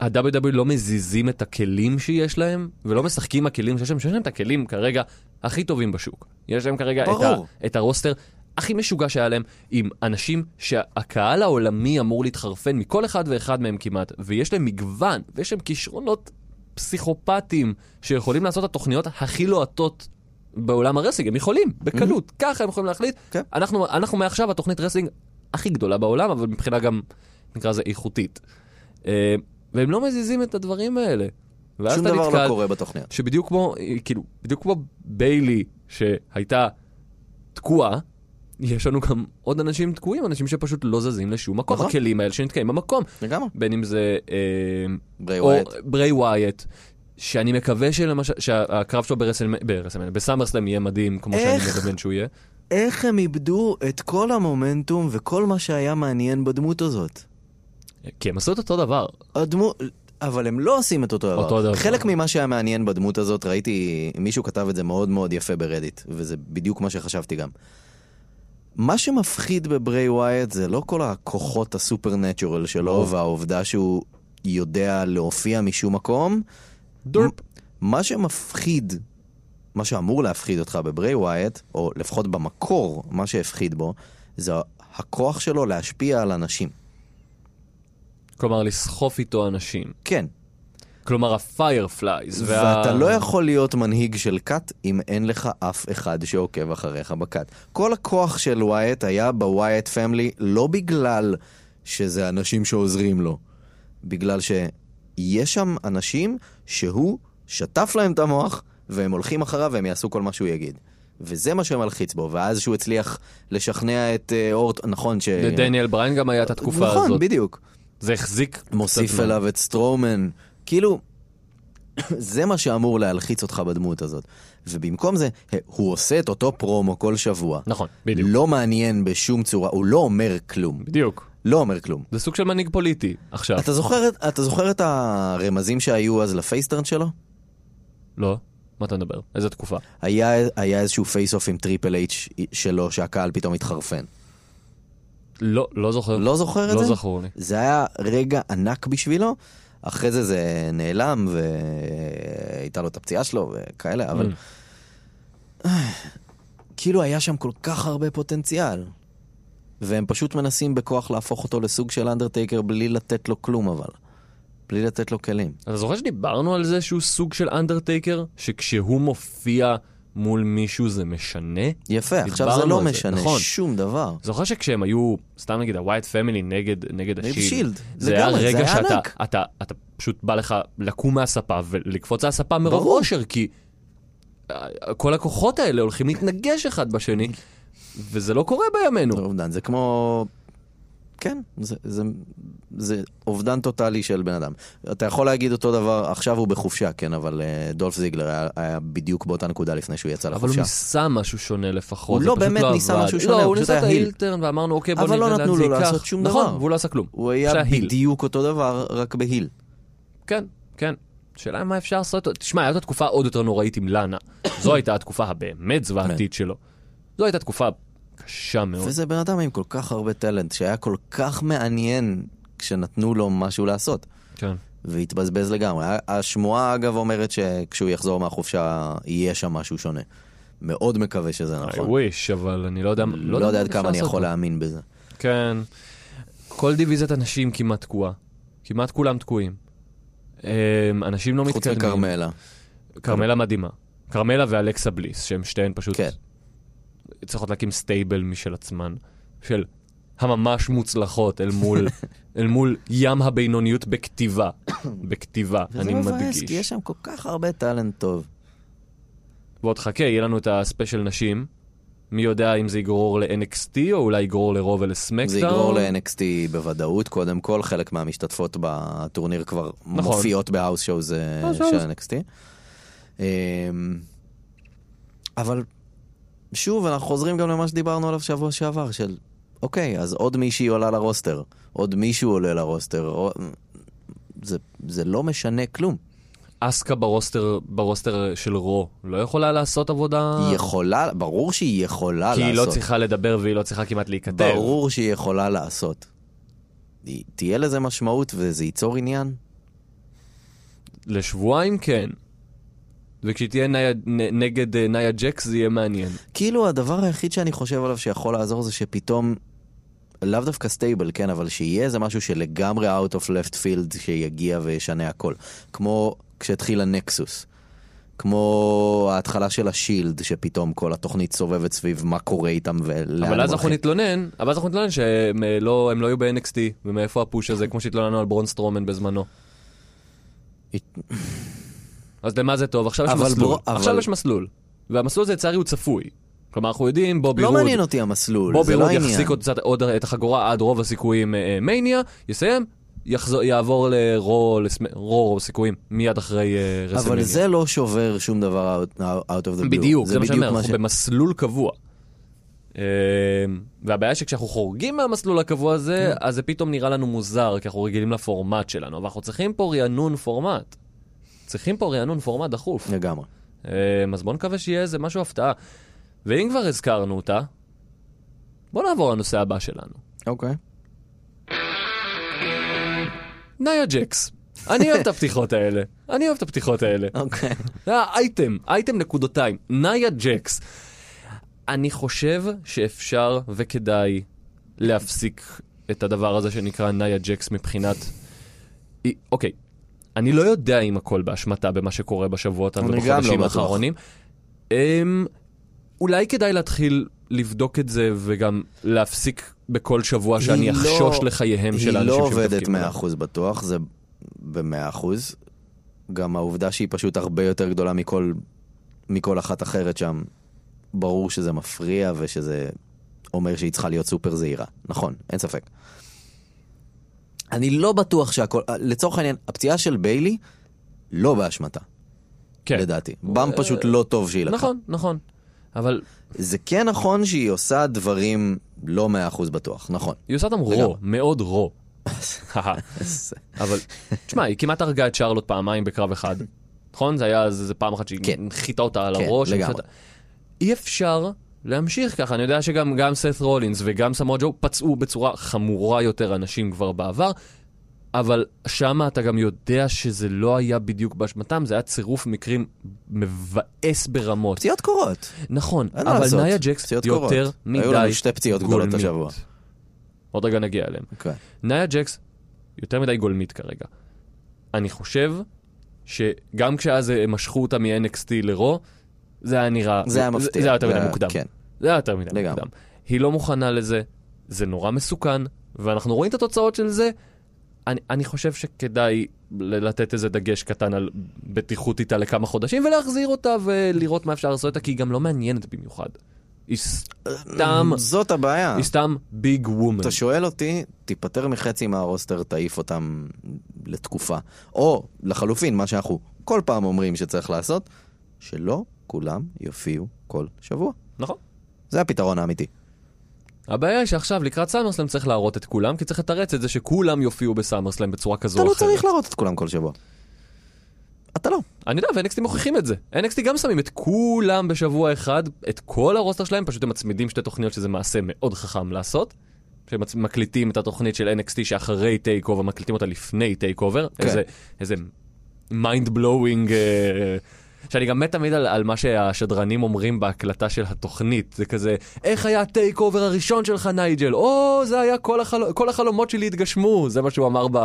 Speaker 3: ה-WW לא מזיזים את הכלים שיש להם, ולא משחקים עם הכלים שיש להם, שיש להם את הכלים כרגע הכי טובים בשוק. יש להם כרגע את,
Speaker 4: ברור.
Speaker 3: ה- את הרוסטר הכי משוגע שהיה להם, עם אנשים שהקהל העולמי אמור להתחרפן מכל אחד ואחד מהם כמעט, ויש להם מגוון, ויש להם כישרונות פסיכופטיים שיכולים לעשות את התוכניות הכי לוהטות. בעולם הרסינג, הם יכולים, בקלות, ככה הם יכולים להחליט.
Speaker 4: כן.
Speaker 3: אנחנו, אנחנו מעכשיו התוכנית רסינג הכי גדולה בעולם, אבל מבחינה גם, נקרא לזה, איכותית. אה, והם לא מזיזים את הדברים האלה. ואז
Speaker 4: שום
Speaker 3: אתה
Speaker 4: דבר
Speaker 3: נתקל
Speaker 4: לא קורה בתוכניות.
Speaker 3: שבדיוק כמו, אה, כאילו, בדיוק כמו ביילי שהייתה תקועה, יש לנו גם עוד אנשים תקועים, אנשים שפשוט לא זזים לשום מקום.
Speaker 4: נכון.
Speaker 3: הכלים האלה שנתקעים במקום.
Speaker 4: לגמרי.
Speaker 3: בין אם זה... אה,
Speaker 4: ברי
Speaker 3: או
Speaker 4: ווייט.
Speaker 3: ברי ווייט, שאני מקווה שלמשל, שהקרב שלו ברסלמניה, ברסלמניה, בסאמרסלאם יהיה מדהים, כמו שאני
Speaker 4: איך?
Speaker 3: מדמיין שהוא יהיה.
Speaker 4: איך הם איבדו את כל המומנטום וכל מה שהיה מעניין בדמות הזאת?
Speaker 3: כי הם עשו את אותו דבר.
Speaker 4: הדמות... אבל הם לא עושים את אותו דבר.
Speaker 3: אותו דבר.
Speaker 4: חלק ממה שהיה מעניין בדמות הזאת, ראיתי, מישהו כתב את זה מאוד מאוד יפה ברדיט, וזה בדיוק מה שחשבתי גם. מה שמפחיד בברי ווייט זה לא כל הכוחות הסופרנטורל שלו, והעובדה שהוא יודע להופיע משום מקום,
Speaker 3: דורפ.
Speaker 4: מה שמפחיד, מה שאמור להפחיד אותך בברי ווייט, או לפחות במקור, מה שהפחיד בו, זה הכוח שלו להשפיע על אנשים.
Speaker 3: כלומר, לסחוף איתו אנשים.
Speaker 4: כן.
Speaker 3: כלומר, הפיירפלייז.
Speaker 4: ואתה לא יכול להיות מנהיג של כת אם אין לך אף אחד שעוקב אחריך בכת. כל הכוח של ווייט היה בווייט פמילי לא בגלל שזה אנשים שעוזרים לו, בגלל שיש שם אנשים שהוא שטף להם את המוח והם הולכים אחריו והם יעשו כל מה שהוא יגיד. וזה מה שמלחיץ בו, ואז שהוא הצליח לשכנע את אה, אורט, נכון ש...
Speaker 3: לדניאל בריין גם היה את התקופה
Speaker 4: נכון,
Speaker 3: הזאת.
Speaker 4: בדיוק.
Speaker 3: זה החזיק. קצת
Speaker 4: מוסיף
Speaker 3: זמן.
Speaker 4: אליו את סטרומן. כאילו, זה מה שאמור להלחיץ אותך בדמות הזאת. ובמקום זה, הוא עושה את אותו פרומו כל שבוע.
Speaker 3: נכון, בדיוק.
Speaker 4: לא מעניין בשום צורה, הוא לא אומר כלום.
Speaker 3: בדיוק.
Speaker 4: לא אומר כלום.
Speaker 3: זה סוג של מנהיג פוליטי עכשיו.
Speaker 4: אתה זוכר, את- אתה זוכר את הרמזים שהיו אז לפייסטרן שלו?
Speaker 3: לא? מה אתה מדבר? איזה תקופה?
Speaker 4: היה, היה איזשהו פייס אוף עם טריפל אייץ' שלו, שהקהל פתאום התחרפן.
Speaker 3: לא, לא זוכר.
Speaker 4: לא זוכר את
Speaker 3: לא
Speaker 4: זה?
Speaker 3: זכור לי.
Speaker 4: זה היה רגע ענק בשבילו, אחרי זה זה נעלם והייתה לו את הפציעה שלו וכאלה, אבל...
Speaker 3: Mm.
Speaker 4: כאילו היה שם כל כך הרבה פוטנציאל. והם פשוט מנסים בכוח להפוך אותו לסוג של אנדרטייקר בלי לתת לו כלום אבל. בלי לתת לו כלים.
Speaker 3: אתה זוכר שדיברנו על זה שהוא סוג של אנדרטייקר? שכשהוא מופיע מול מישהו זה משנה?
Speaker 4: יפה, עכשיו זה
Speaker 3: דיברנו
Speaker 4: לא
Speaker 3: על זה,
Speaker 4: משנה
Speaker 3: נכון.
Speaker 4: שום דבר.
Speaker 3: זוכר שכשהם היו, סתם נגיד הווייט פמילי נגד, נגד
Speaker 4: נגד
Speaker 3: השילד,
Speaker 4: שילד,
Speaker 3: זה היה
Speaker 4: לגמרי, זה
Speaker 3: רגע
Speaker 4: היה
Speaker 3: שאתה
Speaker 4: ענק.
Speaker 3: אתה, אתה פשוט בא לך לקום מהספה ולקפוץ מהספה מרוב
Speaker 4: ברור.
Speaker 3: אושר, כי אה, כל הכוחות האלה הולכים להתנגש אחד בשני, וזה לא קורה בימינו.
Speaker 4: זה אובדן, זה כמו... כן, זה, זה, זה אובדן טוטאלי של בן אדם. אתה יכול להגיד אותו דבר, עכשיו הוא בחופשה, כן, אבל אה, דולף זיגלר היה, היה בדיוק באותה נקודה לפני שהוא יצא
Speaker 3: אבל הוא
Speaker 4: לחופשה.
Speaker 3: ניסה משהו שונה לפחות,
Speaker 4: הוא
Speaker 3: זה
Speaker 4: לא
Speaker 3: פשוט
Speaker 4: באמת
Speaker 3: לא
Speaker 4: ניסה
Speaker 3: עבד.
Speaker 4: משהו שונה,
Speaker 3: לא,
Speaker 4: הוא
Speaker 3: הוא
Speaker 4: פשוט
Speaker 3: ניסה את
Speaker 4: היה היל.
Speaker 3: ההילטרן ואמרנו, אוקיי, בוא
Speaker 4: אבל
Speaker 3: נראה
Speaker 4: לא
Speaker 3: לאן
Speaker 4: נתנו
Speaker 3: זה
Speaker 4: לו
Speaker 3: ייקח.
Speaker 4: לעשות שום
Speaker 3: נכון,
Speaker 4: דבר.
Speaker 3: והוא לא עשה כלום.
Speaker 4: הוא
Speaker 3: פשוט
Speaker 4: היה
Speaker 3: היל.
Speaker 4: בדיוק אותו דבר, רק בהיל.
Speaker 3: כן, כן. שאלה מה אפשר לעשות. תשמע, הייתה תקופה עוד יותר נוראית עם לאנה. זו הייתה התקופה הבאמת זוועתית שלו. זו הייתה תקופה קשה מאוד.
Speaker 4: כן. וזה בן אדם עם כל כך הרבה טאלנט, שהיה כל כך מעניין כשנתנו לו משהו לעשות.
Speaker 3: כן.
Speaker 4: והתבזבז לגמרי. ה- השמועה אגב אומרת שכשהוא יחזור מהחופשה יהיה שם משהו שונה. מאוד מקווה שזה
Speaker 3: I
Speaker 4: נכון.
Speaker 3: wish, אבל אני אה, לא יודע...
Speaker 4: לא יודע עד
Speaker 3: מה
Speaker 4: כמה אני
Speaker 3: אפשר
Speaker 4: יכול
Speaker 3: לעשות.
Speaker 4: להאמין בזה.
Speaker 3: כן. כל דיוויזיית הנשים כמעט תקועה. כמעט כולם תקועים. אה, אנשים לא
Speaker 4: חוץ
Speaker 3: מתקדמים.
Speaker 4: מכרמלה.
Speaker 3: כרמלה מדהימה. כרמלה ואלכסה בליס, שהן שתיהן פשוט...
Speaker 4: כן.
Speaker 3: צריכות להקים סטייבל משל עצמן, של הממש מוצלחות אל מול, אל מול ים הבינוניות בכתיבה. בכתיבה,
Speaker 4: וזה
Speaker 3: אני
Speaker 4: לא מבאס,
Speaker 3: מדגיש.
Speaker 4: כי יש שם כל כך הרבה טאלנט טוב.
Speaker 3: ועוד חכה, יהיה לנו את הספיישל נשים. מי יודע אם זה יגרור ל-NXT או אולי יגרור לרוב ולסמקדאון.
Speaker 4: זה יגרור ל-NXT בוודאות, קודם כל, חלק מהמשתתפות בטורניר כבר
Speaker 3: נכון.
Speaker 4: מופיעות בהאוס שואו זה
Speaker 3: האוס שואוז.
Speaker 4: של NXT. אמ, אבל שוב, אנחנו חוזרים גם למה שדיברנו עליו שבוע שעבר, של אוקיי, אז עוד מישהי עולה לרוסטר, עוד מישהו עולה לרוסטר, או- זה- זה לא משנה כלום.
Speaker 3: אסקה ברוסטר, ברוסטר של רו לא יכולה לעשות עבודה...
Speaker 4: היא יכולה, ברור שהיא יכולה
Speaker 3: אה. כי היא לא
Speaker 4: לעשות.
Speaker 3: צריכה לדבר והיא לא צריכה כמעט להיכתב.
Speaker 4: ברור שהיא יכולה לעשות. היא- תהיה לזה משמעות וזה ייצור עניין.
Speaker 3: לשבועיים כן. וכשהיא תהיה ניה, נ, נגד אה, ניה ג'קס זה יהיה מעניין.
Speaker 4: כאילו הדבר היחיד שאני חושב עליו שיכול לעזור זה שפתאום, לאו דווקא סטייבל, כן, אבל שיהיה איזה משהו שלגמרי out of left field שיגיע וישנה הכל. כמו כשהתחיל הנקסוס. כמו ההתחלה של השילד, שפתאום כל התוכנית סובבת סביב מה קורה איתם ולאן
Speaker 3: אבל אז אנחנו
Speaker 4: הם הולכים. לא
Speaker 3: נתלונן, אבל אז אנחנו נתלונן שהם אה, לא, הם לא היו ב-NXT, ומאיפה הפוש הזה, כמו שהתלוננו על ברון סטרומן בזמנו. אז למה זה טוב? עכשיו יש
Speaker 4: אבל
Speaker 3: מסלול.
Speaker 4: בור-
Speaker 3: עכשיו
Speaker 4: אבל-
Speaker 3: יש מסלול. והמסלול הזה לצערי הוא צפוי. כלומר, אנחנו יודעים, בובי
Speaker 4: לא
Speaker 3: רוד,
Speaker 4: מעניין אותי המסלול,
Speaker 3: בובי
Speaker 4: זה לא
Speaker 3: רוד
Speaker 4: העניין.
Speaker 3: יחזיק עוד קצת עוד אה, את החגורה עד רוב הסיכויים אה, אה, מניה, יסיים, יחזור- יעבור לרו, לסמ- רו, רוב הסיכויים, מיד אחרי אה, רסלמניה.
Speaker 4: אבל זה לא שובר שום דבר out- out of the blue.
Speaker 3: בדיוק, זה מה שאני אומר,
Speaker 4: ש-
Speaker 3: אנחנו במסלול קבוע. אמ, והבעיה שכשאנחנו חורגים מהמסלול הקבוע הזה, אז זה פתאום נראה לנו מוזר, כי אנחנו רגילים לפורמט שלנו, אבל אנחנו צריכים פה רענון פורמט. צריכים פה רענון פורמט דחוף.
Speaker 4: לגמרי.
Speaker 3: אמ, אז בואו נקווה שיהיה איזה משהו הפתעה. ואם כבר הזכרנו אותה, בואו נעבור לנושא הבא שלנו.
Speaker 4: אוקיי.
Speaker 3: ניה ג'קס. אני אוהב את הפתיחות האלה. אני אוהב את הפתיחות האלה.
Speaker 4: אוקיי.
Speaker 3: זה היה אה, אייטם, אייטם נקודתיים, ניה ג'קס. אני חושב שאפשר וכדאי להפסיק את הדבר הזה שנקרא ניה ג'קס מבחינת... אי- אוקיי, אני לא יודע אם הכל באשמתה במה שקורה בשבועות
Speaker 4: אני גם לא
Speaker 3: ובחודשים
Speaker 4: בטוח.
Speaker 3: האחרונים. אמ, אולי כדאי להתחיל לבדוק את זה וגם להפסיק בכל שבוע שאני
Speaker 4: היא לא-
Speaker 3: אחשוש לחייהם של
Speaker 4: היא
Speaker 3: האנשים
Speaker 4: לא
Speaker 3: שמתפקידים.
Speaker 4: עובדת 100% בטוח, זה ב-100%. גם העובדה שהיא פשוט הרבה יותר גדולה מכל, מכל אחת אחרת שם, ברור שזה מפריע ושזה אומר שהיא צריכה להיות סופר זהירה. נכון, אין ספק. אני לא בטוח שהכל, לצורך העניין, הפציעה של ביילי לא באשמתה,
Speaker 3: כן.
Speaker 4: לדעתי. באם פשוט לא טוב שהיא לקחה.
Speaker 3: נכון, נכון. אבל
Speaker 4: זה כן נכון שהיא עושה דברים לא 100% בטוח, נכון.
Speaker 3: היא עושה אותם רו,
Speaker 4: לגמרי.
Speaker 3: מאוד רו. אבל, תשמע, היא כמעט הרגה את שרלוט פעמיים בקרב אחד. נכון? זה היה איזה פעם אחת שהיא
Speaker 4: כן.
Speaker 3: הנחיתה אותה על
Speaker 4: כן,
Speaker 3: הראש.
Speaker 4: לגמרי.
Speaker 3: הנחיתה- אי אפשר להמשיך ככה. אני יודע שגם גם סת' רולינס וגם סמואל ג'ו פצעו בצורה חמורה יותר אנשים כבר בעבר, אבל שמה אתה גם יודע שזה לא היה בדיוק באשמתם, זה היה צירוף מקרים מבאס ברמות.
Speaker 4: פציעות קורות.
Speaker 3: נכון,
Speaker 4: אין מה
Speaker 3: אבל
Speaker 4: לעשות,
Speaker 3: ניה ג'קס
Speaker 4: פציעות קורות.
Speaker 3: יותר מדי
Speaker 4: היו לנו שתי פציעות גדולות
Speaker 3: גולמית.
Speaker 4: השבוע.
Speaker 3: עוד רגע נגיע אליהם.
Speaker 4: אוקיי.
Speaker 3: ניה ג'קס יותר מדי גולמית כרגע. אני חושב שגם כשאז אה, משכו אותה מ-NXT לרו, זה היה נראה...
Speaker 4: זה היה מפתיע.
Speaker 3: זה היה יותר
Speaker 4: זה
Speaker 3: מדי
Speaker 4: היה-
Speaker 3: מוקדם.
Speaker 4: כן.
Speaker 3: זה היה יותר מדי
Speaker 4: לגמרי.
Speaker 3: מוקדם. היא לא מוכנה לזה, זה נורא מסוכן, ואנחנו רואים את התוצאות של זה. אני, אני חושב שכדאי ל- לתת איזה דגש קטן על בטיחות איתה לכמה חודשים ולהחזיר אותה ולראות מה אפשר לעשות איתה, כי היא גם לא מעניינת במיוחד. היא סתם,
Speaker 4: זאת הבעיה.
Speaker 3: היא סתם ביג וומן.
Speaker 4: אתה שואל אותי, תיפטר מחצי מהרוסטר, תעיף אותם לתקופה. או, לחלופין, מה שאנחנו כל פעם אומרים שצריך לעשות, שלא כולם יופיעו כל שבוע.
Speaker 3: נכון.
Speaker 4: זה הפתרון האמיתי.
Speaker 3: הבעיה היא שעכשיו לקראת סאמרסלאם צריך להראות את כולם, כי צריך לתרץ את זה שכולם יופיעו בסאמרסלאם בצורה כזו
Speaker 4: אתה
Speaker 3: או
Speaker 4: לא
Speaker 3: אחרת.
Speaker 4: צריך להראות את כולם כל שבוע. אתה לא.
Speaker 3: אני יודע, ו-NXT מוכיחים את זה. NXT גם שמים את כולם בשבוע אחד, את כל הרוסטר שלהם, פשוט הם מצמידים שתי תוכניות שזה מעשה מאוד חכם לעשות. שמקליטים את התוכנית של NXT שאחרי טייק אובר, מקליטים אותה לפני טייק אובר.
Speaker 4: כן.
Speaker 3: איזה, איזה מיינד בלואוינג, אה, שאני גם מת תמיד על, על מה שהשדרנים אומרים בהקלטה של התוכנית. זה כזה, איך היה הטייק אובר הראשון שלך, נייג'ל? או, זה היה כל, החל... כל החלומות שלי התגשמו. זה מה שהוא אמר ב...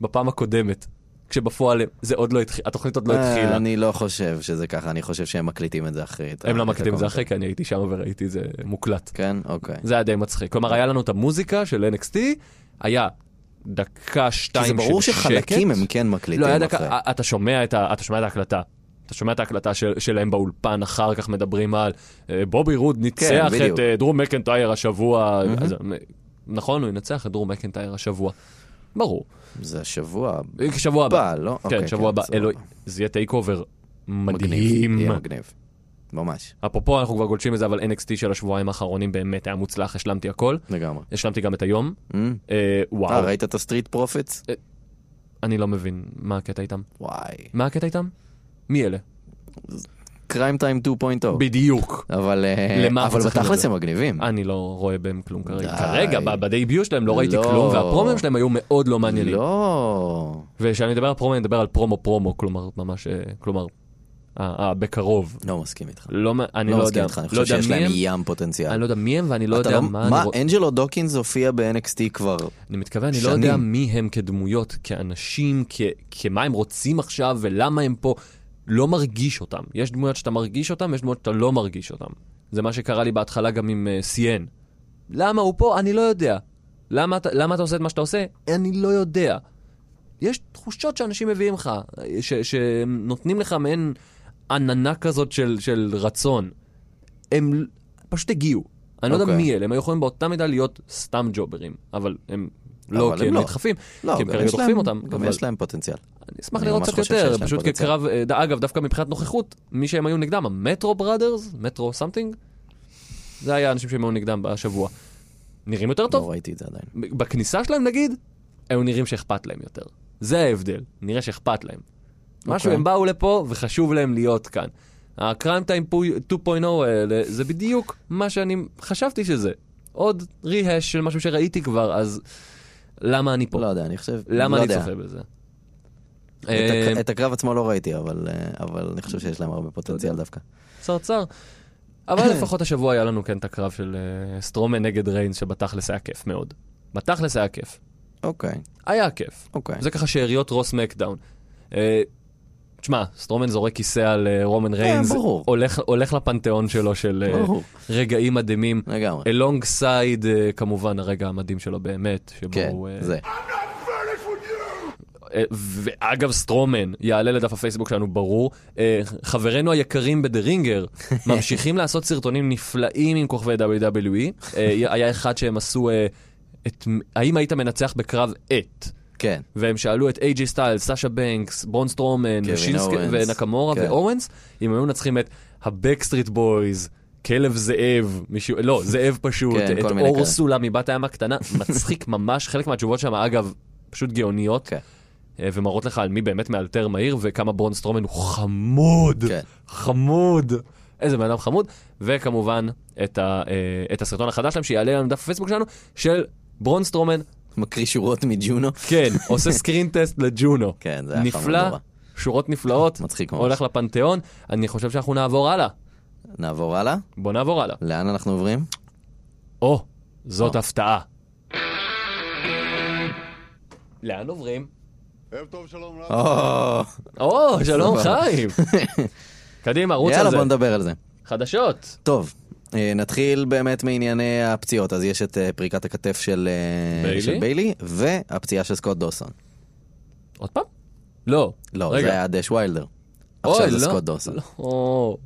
Speaker 3: בפעם הקודמת. כשבפועל זה עוד לא התחיל, התוכנית עוד לא
Speaker 4: אה,
Speaker 3: התחילה.
Speaker 4: אני לא חושב שזה ככה, אני חושב שהם מקליטים את זה אחרי.
Speaker 3: הם לא מקליטים את
Speaker 4: אוקיי,
Speaker 3: זה אחרי, כי אני הייתי שם וראיתי את זה מוקלט.
Speaker 4: כן? אוקיי.
Speaker 3: זה היה די מצחיק. כלומר, היה לנו את המוזיקה של NXT, היה דקה,
Speaker 4: כי
Speaker 3: שתיים
Speaker 4: זה
Speaker 3: של שקט.
Speaker 4: ברור שחלקים הם כן מקליטים
Speaker 3: לא, היה
Speaker 4: אחרי.
Speaker 3: דקה, אתה שומע את ה- אתה שומע את ההקלטה. אתה שומע את ההקלטה של, שלהם באולפן, אחר כך מדברים על אה, בובי רוד ניצח כן,
Speaker 4: בדיוק.
Speaker 3: את אה, דרום מקנטייר השבוע. Mm-hmm. אז, אה, נכון, הוא ינצח את דרום מקנטייר השבוע. ברור.
Speaker 4: זה השבוע
Speaker 3: אה, שבוע הבא.
Speaker 4: הבא, לא?
Speaker 3: כן,
Speaker 4: אוקיי,
Speaker 3: שבוע הבא.
Speaker 4: סבבה.
Speaker 3: אלוהים, זה יהיה טייק אובר
Speaker 4: מגניב.
Speaker 3: מדהים.
Speaker 4: יהיה מגניב. ממש,
Speaker 3: אפרופו, אנחנו כבר גולשים בזה, אבל NXT של השבועיים האחרונים באמת היה מוצלח, השלמתי הכל.
Speaker 4: לגמרי.
Speaker 3: השלמתי גם את היום.
Speaker 4: אה,
Speaker 3: אה,
Speaker 4: אה,
Speaker 3: וואו,
Speaker 4: ראית את הסטריט פרופטס?
Speaker 3: אני לא מבין מה הקטע איתם.
Speaker 4: וואי.
Speaker 3: מה הקטע איתם? מי אלה?
Speaker 4: קריים טיים 2.0.
Speaker 3: בדיוק.
Speaker 4: oh. אבל אה,
Speaker 3: למה אנחנו
Speaker 4: אבל
Speaker 3: צריכים את
Speaker 4: בתכלס
Speaker 3: זה?
Speaker 4: הם מגניבים.
Speaker 3: אני לא רואה בהם כלום כרגע.
Speaker 4: די.
Speaker 3: כרגע, ב- בדייביו שלהם לא ראיתי
Speaker 4: לא.
Speaker 3: כלום, והפרומים שלהם היו מאוד לא מעניינים.
Speaker 4: לא.
Speaker 3: וכשאני מדבר על פרומים, אני מדבר על פרומו פרומו, כלומר, ממש, אה, כלומר, אה, אה, בקרוב.
Speaker 4: לא מסכים איתך.
Speaker 3: לא, מ- אני
Speaker 4: לא
Speaker 3: לא
Speaker 4: מסכים
Speaker 3: יודע,
Speaker 4: איתך, אני
Speaker 3: לא
Speaker 4: חושב
Speaker 3: יודע
Speaker 4: שיש
Speaker 3: מי
Speaker 4: להם
Speaker 3: הם,
Speaker 4: ים פוטנציאל.
Speaker 3: אני לא יודע מי הם ואני לא
Speaker 4: אתה
Speaker 3: יודע
Speaker 4: לא-
Speaker 3: מה אני
Speaker 4: מה,
Speaker 3: רואה.
Speaker 4: אנג'לו דוקינס הופיע ב-NXT כבר,
Speaker 3: אני מתכוון, אני לא יודע
Speaker 4: שנים.
Speaker 3: מי הם כדמויות, כאנשים, כ- כמה הם רוצים עכשיו ולמה הם פה. לא מרגיש אותם. יש דמויות שאתה מרגיש אותם, יש דמויות שאתה לא מרגיש אותם. זה מה שקרה לי בהתחלה גם עם אה, CN. למה הוא פה? אני לא יודע. למה, אתה- למה אתה עושה את מה שאתה עושה? אני לא יודע. יש תחושות שאנשים מביאים לך, אה, ש- שנותנים לך מעין עננה כזאת של, של רצון. הם ל- פשוט הגיעו. אני לא יודע
Speaker 4: אוקיי.
Speaker 3: מי אלה, הם היו יכולים באותה מידה להיות סתם ג'וברים, אבל הם לא,
Speaker 4: אבל
Speaker 3: כי
Speaker 4: הם
Speaker 3: הם
Speaker 4: לא.
Speaker 3: נדחפים,
Speaker 4: לא,
Speaker 3: כי הם
Speaker 4: גם
Speaker 3: כן, כרגע
Speaker 4: יש להם-
Speaker 3: דוחפים אותם.
Speaker 4: גם
Speaker 3: אבל-
Speaker 4: יש להם פוטנציאל.
Speaker 3: אני אשמח
Speaker 4: אני
Speaker 3: לראות
Speaker 4: ממש
Speaker 3: קצת
Speaker 4: חושב שיש
Speaker 3: יותר,
Speaker 4: להם
Speaker 3: פשוט
Speaker 4: פוטנציאל.
Speaker 3: כקרב, אה, ד- אגב, דווקא מבחינת נוכחות, מי שהם היו נגדם, המטרו בראדרס, מטרו סמטינג, זה היה האנשים שהם היו נגדם בשבוע. נראים יותר טוב?
Speaker 4: לא ראיתי את זה עדיין.
Speaker 3: בכניסה שלהם נגיד, היו נראים שאכפת להם יותר. זה ההבדל, נראה שאכפת להם. משהו,
Speaker 4: אוקיי.
Speaker 3: הם באו לפה וחשוב להם להיות כאן. הקריים טיים 2.0 האלה, זה בדיוק מה שאני חשבתי שזה. עוד ריהש של משהו שראיתי כבר, אז למה אני פה?
Speaker 4: לא יודע, אני חושב...
Speaker 3: למה
Speaker 4: לא
Speaker 3: אני
Speaker 4: יודע.
Speaker 3: צופה בזה?
Speaker 4: את
Speaker 3: אה, לא
Speaker 4: הק- את הקרב עצמו לא ראיתי, אבל אה, אבל אני חושב שיש להם הרבה פוטנציאל דווקא.
Speaker 3: צרצר. אבל לפחות השבוע היה לנו כן את הקרב של אה, סטרומן נגד ריינס, שבתכלס היה כיף מאוד. בתכלס היה כיף.
Speaker 4: אוקיי,
Speaker 3: היה כיף.
Speaker 4: אוקיי.
Speaker 3: זה ככה שאריות רוס מקדאון. אה, תשמע, סטרומן זורק כיסא על אה, רומן ריינס,
Speaker 4: ברור.
Speaker 3: הולך, הולך לפנתיאון שלו של אה,
Speaker 4: ברור.
Speaker 3: רגעים מדהימים,
Speaker 4: לגמרי.
Speaker 3: אלונג סייד אה, כמובן הרגע המדהים שלו באמת, שבו
Speaker 4: כן,
Speaker 3: הוא... אה,
Speaker 4: זה.
Speaker 3: אה, ואגב, סטרומן יעלה לדף הפייסבוק שלנו, ברור. אה, חברינו היקרים בדה רינגר ממשיכים לעשות סרטונים נפלאים עם כוכבי WWE. אה, היה אחד שהם עשו, אה, את, האם היית מנצח בקרב את?
Speaker 4: כן.
Speaker 3: והם שאלו את איי.ג'י סטייל, סאשה בנקס, ברון סטרומן,
Speaker 4: קווין
Speaker 3: ושינסקי
Speaker 4: אורנס.
Speaker 3: ונקמורה
Speaker 4: כן.
Speaker 3: ואורנס, אם היו מנצחים את הבקסטריט בויז, כלב זאב, מישהו, לא, זאב פשוט,
Speaker 4: כן,
Speaker 3: את
Speaker 4: כל מיני
Speaker 3: אורסולה מבת הים הקטנה, מצחיק ממש, חלק מהתשובות שם, אגב, פשוט גאוניות,
Speaker 4: כן.
Speaker 3: אה, ומראות לך על מי באמת מאלתר מהיר, וכמה ברון סטרומן הוא חמוד,
Speaker 4: כן.
Speaker 3: חמוד. איזה בן אדם חמוד, וכמובן את, ה, אה, את הסרטון החדש שלהם שיעלה לנו דף הפייסבוק שלנו, של ברון סטרומן
Speaker 4: מקריא שורות מג'ונו.
Speaker 3: כן, עושה סקרין טסט לג'ונו.
Speaker 4: כן, זה היה חמוד
Speaker 3: נפלא,
Speaker 4: נורא.
Speaker 3: שורות נפלאות,
Speaker 4: מצחיק ממש.
Speaker 3: הולך לפנתיאון. אני חושב שאנחנו נעבור הלאה.
Speaker 4: נעבור הלאה?
Speaker 3: בוא נעבור הלאה.
Speaker 4: לאן אנחנו עוברים?
Speaker 3: או,
Speaker 4: אה.
Speaker 3: זאת הפתעה. לאן עוברים?
Speaker 4: או,
Speaker 3: או, שלום
Speaker 4: סבבה.
Speaker 3: חיים. קדימה, רוץ על
Speaker 4: יאללה,
Speaker 3: זה.
Speaker 4: בוא נדבר על זה.
Speaker 3: חדשות.
Speaker 4: טוב, אה, נתחיל באמת מענייני הפציעות. אז יש את אה, פריקת הכתף של אה,
Speaker 3: ביילי?
Speaker 4: של ביילי, והפציעה של סקוט דוסון.
Speaker 3: עוד פעם? לא.
Speaker 4: לא,
Speaker 3: רגע.
Speaker 4: זה היה דש ויילדר.
Speaker 3: אוי,
Speaker 4: עכשיו זה
Speaker 3: לא.
Speaker 4: סקוט דוסון.
Speaker 3: לא. או.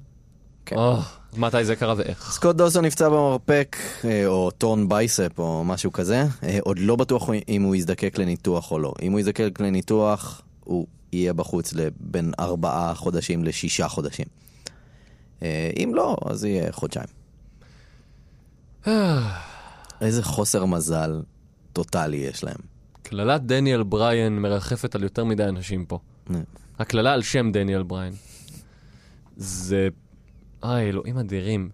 Speaker 4: כן.
Speaker 3: או, מתי זה קרה ואיך?
Speaker 4: סקוט דוסון נפצע במרפק, אה, או טון בייספ, או משהו כזה. אה, עוד לא בטוח אם הוא יזדקק לניתוח או לא. אם הוא יזדקק לניתוח, הוא יהיה בחוץ בין ארבעה חודשים לשישה חודשים. אה, אם לא, אז יהיה חודשיים. איזה חוסר מזל טוטאלי יש להם.
Speaker 3: קללת דניאל בריין מרחפת על יותר מדי אנשים פה.
Speaker 4: אה,
Speaker 3: הקללה על שם דניאל בריין. זה... אה, אלוהים אדירים.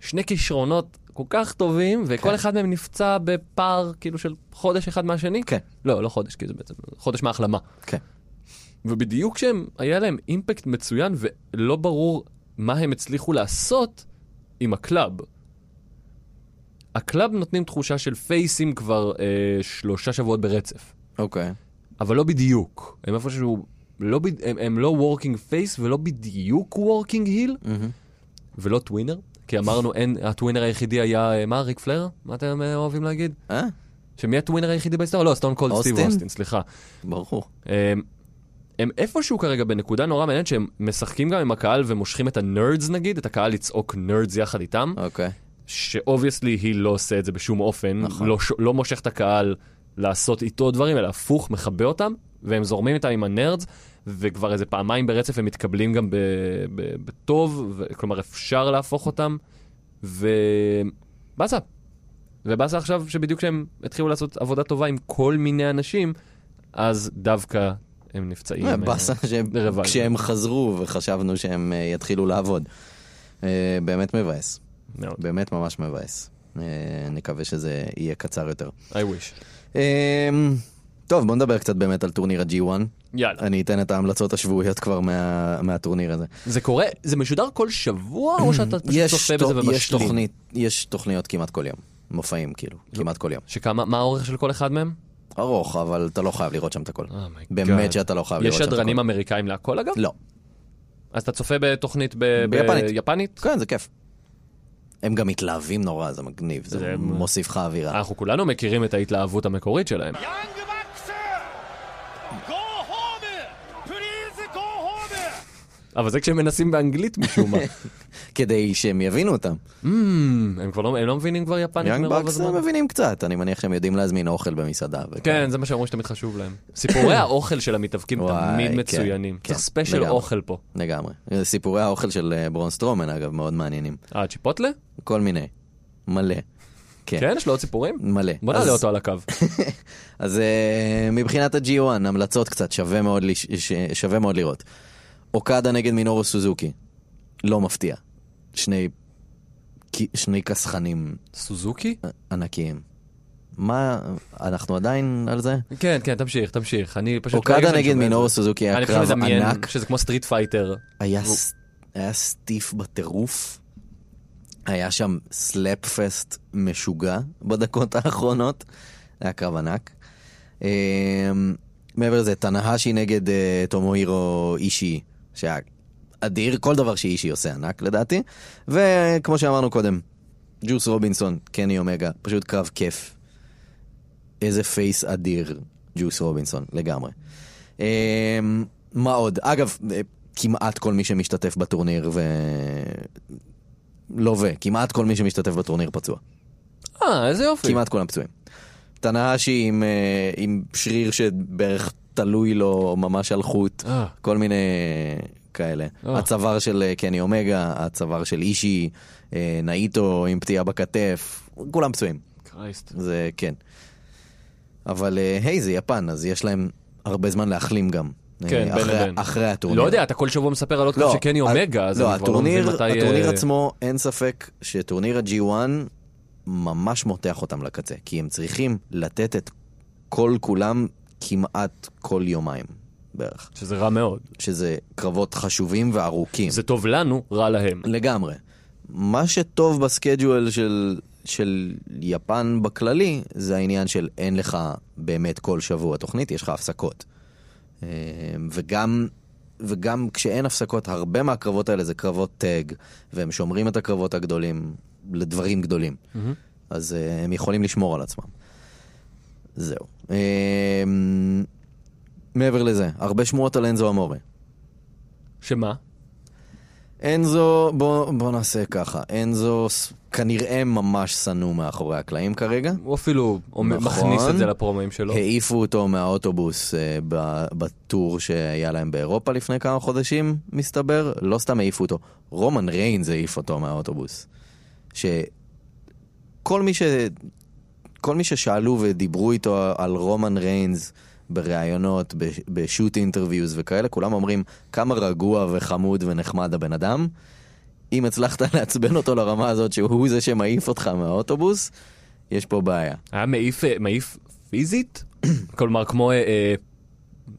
Speaker 3: שני כישרונות כל כך טובים, וכל
Speaker 4: כן.
Speaker 3: אחד מהם נפצע בפער כאילו של חודש אחד מהשני.
Speaker 4: כן.
Speaker 3: לא, לא חודש, כי זה בעצם חודש מההחלמה.
Speaker 4: כן.
Speaker 3: ובדיוק כשהם, היה להם אימפקט מצוין, ולא ברור מה הם הצליחו לעשות עם הקלאב. הקלאב נותנים תחושה של פייסים כבר אה, שלושה שבועות ברצף.
Speaker 4: אוקיי.
Speaker 3: אבל לא בדיוק. הם איפשהו, לא בד... הם, הם לא working face ולא בדיוק working heel, ולא טווינר, כי אמרנו, אין, הטווינר היחידי היה, אה, מה, ריק פלר? מה אתם אה, אוהבים להגיד?
Speaker 4: אה?
Speaker 3: שמי הטווינר היחידי בהיסטוריה? לא, סטון קולד סטיב
Speaker 4: אוסטין?
Speaker 3: אוסטין, סליחה.
Speaker 4: ברור.
Speaker 3: הם, הם איפשהו כרגע בנקודה נורא מעניינת שהם משחקים גם עם הקהל ומושכים את הנרדס נגיד, את הקהל לצעוק נרדס יחד איתם,
Speaker 4: אוקיי.
Speaker 3: שאובייסלי היא לא עושה את זה בשום אופן,
Speaker 4: נכון.
Speaker 3: לא, ש- לא מושך את הקהל לעשות איתו דברים, אלא הפוך, מכבה אותם, והם זורמים איתם עם הנרדס, וכבר איזה פעמיים ברצף הם מתקבלים גם ב- ב- בטוב, ו- כלומר אפשר להפוך אותם, ובאסה. ובאסה עכשיו שבדיוק כשהם התחילו לעשות עבודה טובה עם כל מיני אנשים, אז דווקא הם נפצעים.
Speaker 4: אה, באסה שהם-
Speaker 3: רווייב.
Speaker 4: כשהם חזרו וחשבנו שהם אה, יתחילו לעבוד. אה, באמת מבאס.
Speaker 3: מאוד.
Speaker 4: באמת ממש מבאס. אה, נקווה שזה יהיה קצר יותר.
Speaker 3: I wish.
Speaker 4: אה, טוב, בוא נדבר קצת באמת על טורניר ה-G1.
Speaker 3: יאללה.
Speaker 4: אני אתן את ההמלצות השבועיות כבר מה- מהטורניר הזה.
Speaker 3: זה קורה, זה משודר כל שבוע, או שאתה פשוט צופה
Speaker 4: תו-
Speaker 3: בזה ומשלים? לא.
Speaker 4: יש, תוכנית, יש תוכניות כמעט כל יום, מופעים כאילו, כמעט כל יום.
Speaker 3: שכמה, מה האורך של כל אחד מהם?
Speaker 4: ארוך, אבל אתה לא חייב לראות שם את הכל.
Speaker 3: אומייגאד.
Speaker 4: באמת שאתה לא חייב
Speaker 3: אה. כן. יש
Speaker 4: לראות שם את הכל.
Speaker 3: שדרנים אמריקאים להכל אגב?
Speaker 4: לא.
Speaker 3: אז אתה צופה בתוכנית ב-
Speaker 4: ביפנית.
Speaker 3: ביפנית?
Speaker 4: כן, זה כיף. הם גם מתלהבים נורא, זה מגניב, זה,
Speaker 3: זה- אה.
Speaker 4: מוסיף לך אווירה.
Speaker 3: אנחנו כולנו מכירים את ההתלהבות המקורית שלהם.
Speaker 5: ヤングバックスゴーホームプリーズゴーホーム
Speaker 3: אבל זה כשהם מנסים באנגלית משום מה.
Speaker 4: כדי שהם יבינו אותם.
Speaker 3: Hmm, הם כבר לא, הם לא מבינים כבר יפנית
Speaker 4: יאנג
Speaker 3: מרוב
Speaker 4: בקס
Speaker 3: הזמן.
Speaker 4: הם מבינים קצת, אני מניח שהם יודעים להזמין אוכל במסעדה. וכאלה.
Speaker 3: כן, זה מה שאומרים שתמיד חשוב להם. סיפורי האוכל של המתאבקים
Speaker 4: וואי,
Speaker 3: תמיד
Speaker 4: כן,
Speaker 3: מצוינים.
Speaker 4: כן,
Speaker 3: צריך ספיישל
Speaker 4: לגמרי.
Speaker 3: אוכל פה.
Speaker 4: לגמרי. סיפורי האוכל של אה, ברון סטרומן, אגב, מאוד מעניינים.
Speaker 3: אה, צ'יפוטלה?
Speaker 4: כל מיני. מלא. כן.
Speaker 3: כן, יש לו עוד סיפורים?
Speaker 4: מלא.
Speaker 3: בוא
Speaker 4: אז-
Speaker 3: נעלה אותו על הקו.
Speaker 4: אז אה, מבחינת ה-G1, המלצות קצת, שווה מאוד, לש... ש... שווה מאוד לראות. אוקדה נגד מינורו סוזוקי, לא מפתיע. שני, כי- שני כסחנים
Speaker 3: סוזוקי?
Speaker 4: ענקיים. מה, אנחנו עדיין על זה?
Speaker 3: כן, כן, תמשיך, תמשיך. אני פשוט... ברגע
Speaker 4: אוקדה
Speaker 3: שאני
Speaker 4: נגד
Speaker 3: שומע את
Speaker 4: מינורו
Speaker 3: זה-
Speaker 4: סוזוקי היה
Speaker 3: אני פשוט
Speaker 4: קרב
Speaker 3: מדמיין
Speaker 4: ענק,
Speaker 3: שזה כמו סטריט פייטר.
Speaker 4: היה, ס... היה סטיף בטירוף, היה שם סלאפ פסט משוגע בדקות האחרונות, היה קרב ענק. אמ, מעבר לזה, תנהשי נגד uh, תומוהירו אישי, שהיה אדיר, כל דבר שאישי עושה ענק לדעתי. וכמו שאמרנו קודם, ג'וס רובינסון, קני אומגה, פשוט קרב כיף. איזה פייס אדיר, ג'וס רובינסון, לגמרי. אמ, מה עוד? אגב, אה, כמעט כל מי שמשתתף בטורניר ו... לא ו... כמעט כל מי שמשתתף בטורניר פצוע.
Speaker 3: אה, איזה יופי.
Speaker 4: כמעט כולם פצועים. תנאשי עם, אה, עם שריר שבערך תלוי לו ממש על חוט,
Speaker 3: אה.
Speaker 4: כל מיני כאלה.
Speaker 3: אה.
Speaker 4: הצוואר של אה, קני אומגה, הצוואר של אישי, אה, נאיטו עם פציעה בכתף, כולם פצועים.
Speaker 3: קרייסט.
Speaker 4: זה כן. אבל אה, היי, זה יפן, אז יש להם הרבה זמן להחלים גם. אה,
Speaker 3: כן, בין
Speaker 4: אחרי-
Speaker 3: לבין.
Speaker 4: אחרי הטורניר.
Speaker 3: לא יודע, אתה כל שבוע מספר על עוד קרב שקני אומגה, אז
Speaker 4: לא,
Speaker 3: אני כבר לא מבין
Speaker 4: הטורניר,
Speaker 3: מתי...
Speaker 4: הטורניר
Speaker 3: אה,
Speaker 4: עצמו, אין ספק שטורניר ה-G1 ממש מותח אותם לקצה, כי הם צריכים לתת את כל כולם כמעט כל יומיים בערך,
Speaker 3: שזה רע מאוד.
Speaker 4: שזה קרבות חשובים וארוכים.
Speaker 3: זה טוב לנו, רע להם.
Speaker 4: לגמרי. מה שטוב בסקייג'ואל של, של יפן בכללי, זה העניין של אין לך באמת כל שבוע תוכנית, יש לך הפסקות. אה, וגם, וגם כשאין הפסקות, הרבה מהקרבות האלה זה קרבות טאג, והם שומרים את הקרבות הגדולים לדברים גדולים. אז אה, הם יכולים לשמור על עצמם. זהו. אה, מעבר לזה, הרבה שמועות על אנזו אמורה.
Speaker 3: שמה?
Speaker 4: אנזו, בוא, בוא נעשה ככה, אנזו ס- כנראה ממש שנוא מאחורי הקלעים כרגע.
Speaker 3: הוא אפילו או
Speaker 4: נכון.
Speaker 3: מכניס את זה לפרומואים שלו.
Speaker 4: העיפו אותו מהאוטובוס אה, ב- בטור שהיה להם באירופה לפני כמה חודשים, מסתבר. לא סתם העיפו אותו, רומן ריינס העיף אותו מהאוטובוס. שכל מי ש... כל מי ששאלו ודיברו איתו על רומן ריינס בראיונות, בש- בשוט אינטרוויוז וכאלה, כולם אומרים כמה רגוע וחמוד ונחמד הבן אדם. אם הצלחת לעצבן אותו לרמה הזאת שהוא זה שמעיף אותך מהאוטובוס, יש פה בעיה.
Speaker 3: היה מעיף, אה, מעיף פיזית? כלומר, כמו אה, אה,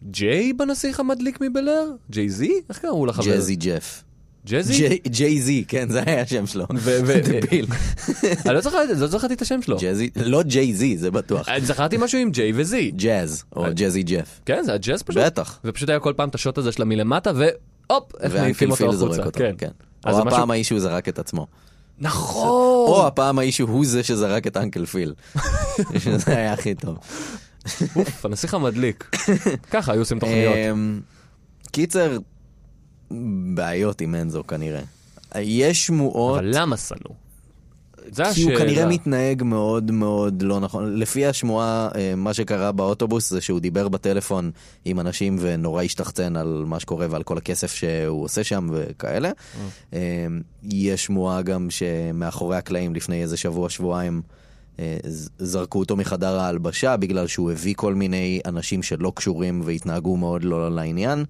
Speaker 3: ג'יי בנסיך המדליק מבלר? ג'יי זי? איך קראו לחבר?
Speaker 4: ג'זי ג'ף.
Speaker 3: ג'זי?
Speaker 4: ג'יי זי, כן, זה היה השם שלו. דביל.
Speaker 3: אני לא זכרתי- לא זכרתי את השם שלו.
Speaker 4: ג'זי, לא ג'יי זי, זה בטוח.
Speaker 3: אני זכרתי משהו עם ג'יי וזי.
Speaker 4: ג'אז, או ג'זי ג'ף.
Speaker 3: כן, זה הג'אז פשוט.
Speaker 4: בטח.
Speaker 3: ופשוט היה כל פעם את השוט הזה שלה מלמטה, והופ, איך מעיפים
Speaker 4: ואנפיל
Speaker 3: אותו
Speaker 4: פיל זורק
Speaker 3: החוצה.
Speaker 4: אותו, כן.
Speaker 3: אז זה
Speaker 4: או
Speaker 3: משהו...
Speaker 4: הפעם ההיא שהוא זרק את עצמו. או
Speaker 3: נכון!
Speaker 4: הפעם ההיא שהוא זה שזרק את אנקל פיל. שזה היה הכי טוב.
Speaker 3: אוף, הנסיך המדליק. ככה היו עושים תוכניות.
Speaker 4: אמ, קיצר, בעיות עם אנזו כנראה. יש שמועות,
Speaker 3: אבל למה שנוא? זה
Speaker 4: כי הוא
Speaker 3: השאלה.
Speaker 4: כנראה מתנהג מאוד מאוד לא נכון. לפי השמועה, אה, מה שקרה באוטובוס זה שהוא דיבר בטלפון עם אנשים ונורא השתחצן על מה שקורה ועל כל הכסף שהוא עושה שם וכאלה. אמ, יש שמועה גם שמאחורי הקלעים לפני איזה שבוע, שבועיים, אה, ז- זרקו אותו מחדר ההלבשה בגלל שהוא הביא כל מיני אנשים שלא קשורים והתנהגו מאוד לא לעניין.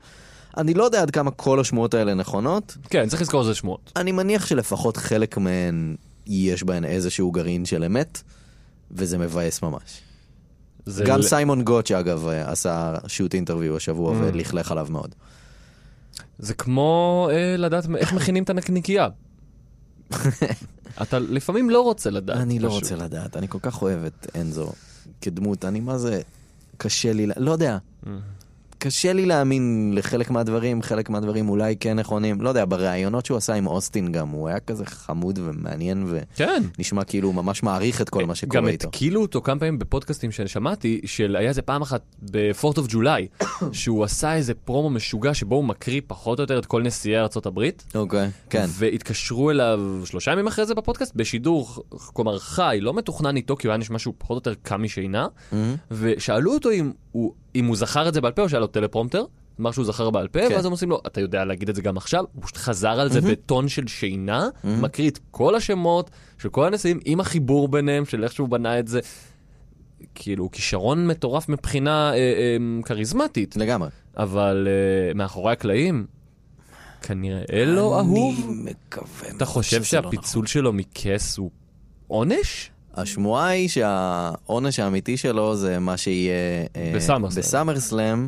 Speaker 4: אני לא יודע עד כמה כל השמועות האלה נכונות.
Speaker 3: כן, צריך לזכור זה שמועות.
Speaker 4: אני מניח שלפחות חלק מהן יש בהן איזשהו גרעין של אמת, וזה מבאס ממש.
Speaker 3: זה
Speaker 4: גם
Speaker 3: ל- Mm.
Speaker 4: סיימון גוטש, אגב, עשה שוט אינטרוויו השבוע ולכלך עליו מאוד.
Speaker 3: זה כמו אה, לדעת מ- איך מכינים את הנקניקייה. אתה לפעמים לא רוצה לדעת.
Speaker 4: אני לא
Speaker 3: פשוט.
Speaker 4: רוצה לדעת, אני כל כך אוהב את אנזו כדמות, אני מה זה, קשה לי, לה- לא יודע.
Speaker 3: Mm.
Speaker 4: קשה לי להאמין לחלק מהדברים, חלק מהדברים אולי כן נכונים. לא יודע, בראיונות שהוא עשה עם אוסטין גם, הוא היה כזה חמוד ומעניין,
Speaker 3: כן.
Speaker 4: ונשמע כאילו הוא ממש מעריך את כל מה
Speaker 3: אה, גם
Speaker 4: שקורה איתו.
Speaker 3: התקילו אותו כמה פעמים בפודקאסטים ששמעתי, של היה איזה פעם אחת בפורט אוף ג'ולי, שהוא עשה איזה פרומו משוגע שבו הוא מקריא פחות או יותר את כל נשיאי ארצות הברית.
Speaker 4: אוקיי, כן.
Speaker 3: והתקשרו אליו שלושה ימים אחרי זה בפודקאסט, בשידור, כלומר חי, לא מתוכנן איתו, כי הוא היה נשמע שהוא פחות או יותר קם משינה,
Speaker 4: Mm-hmm.
Speaker 3: ושאלו אותו אם הוא, אם הוא זכר את זה בעל פה או שהיה לו טלפרומטר, אמר שהוא זכר בעל פה,
Speaker 4: כן. Mm-hmm.
Speaker 3: ואז הם עושים לו, אתה יודע להגיד את זה גם עכשיו, הוא פשוט חזר על זה בטון של שינה, מקריא את כל השמות של כל הנשיאים, עם החיבור ביניהם, של איך שהוא בנה את זה. כאילו, כישרון מטורף מבחינה אה, אה, כריזמטית,
Speaker 4: לגמרי.
Speaker 3: אבל אה, מאחורי הקלעים, כנראה לא אהוב.
Speaker 4: אני מקווה.
Speaker 3: אתה חושב
Speaker 4: שזה לא
Speaker 3: שהפיצול שלו מכס הוא עונש?
Speaker 4: נכון. השמועה היא שהעונש האמיתי שלו זה מה שיהיה... אה,
Speaker 3: בסאמרסלאם.
Speaker 4: בסאמרסלאם,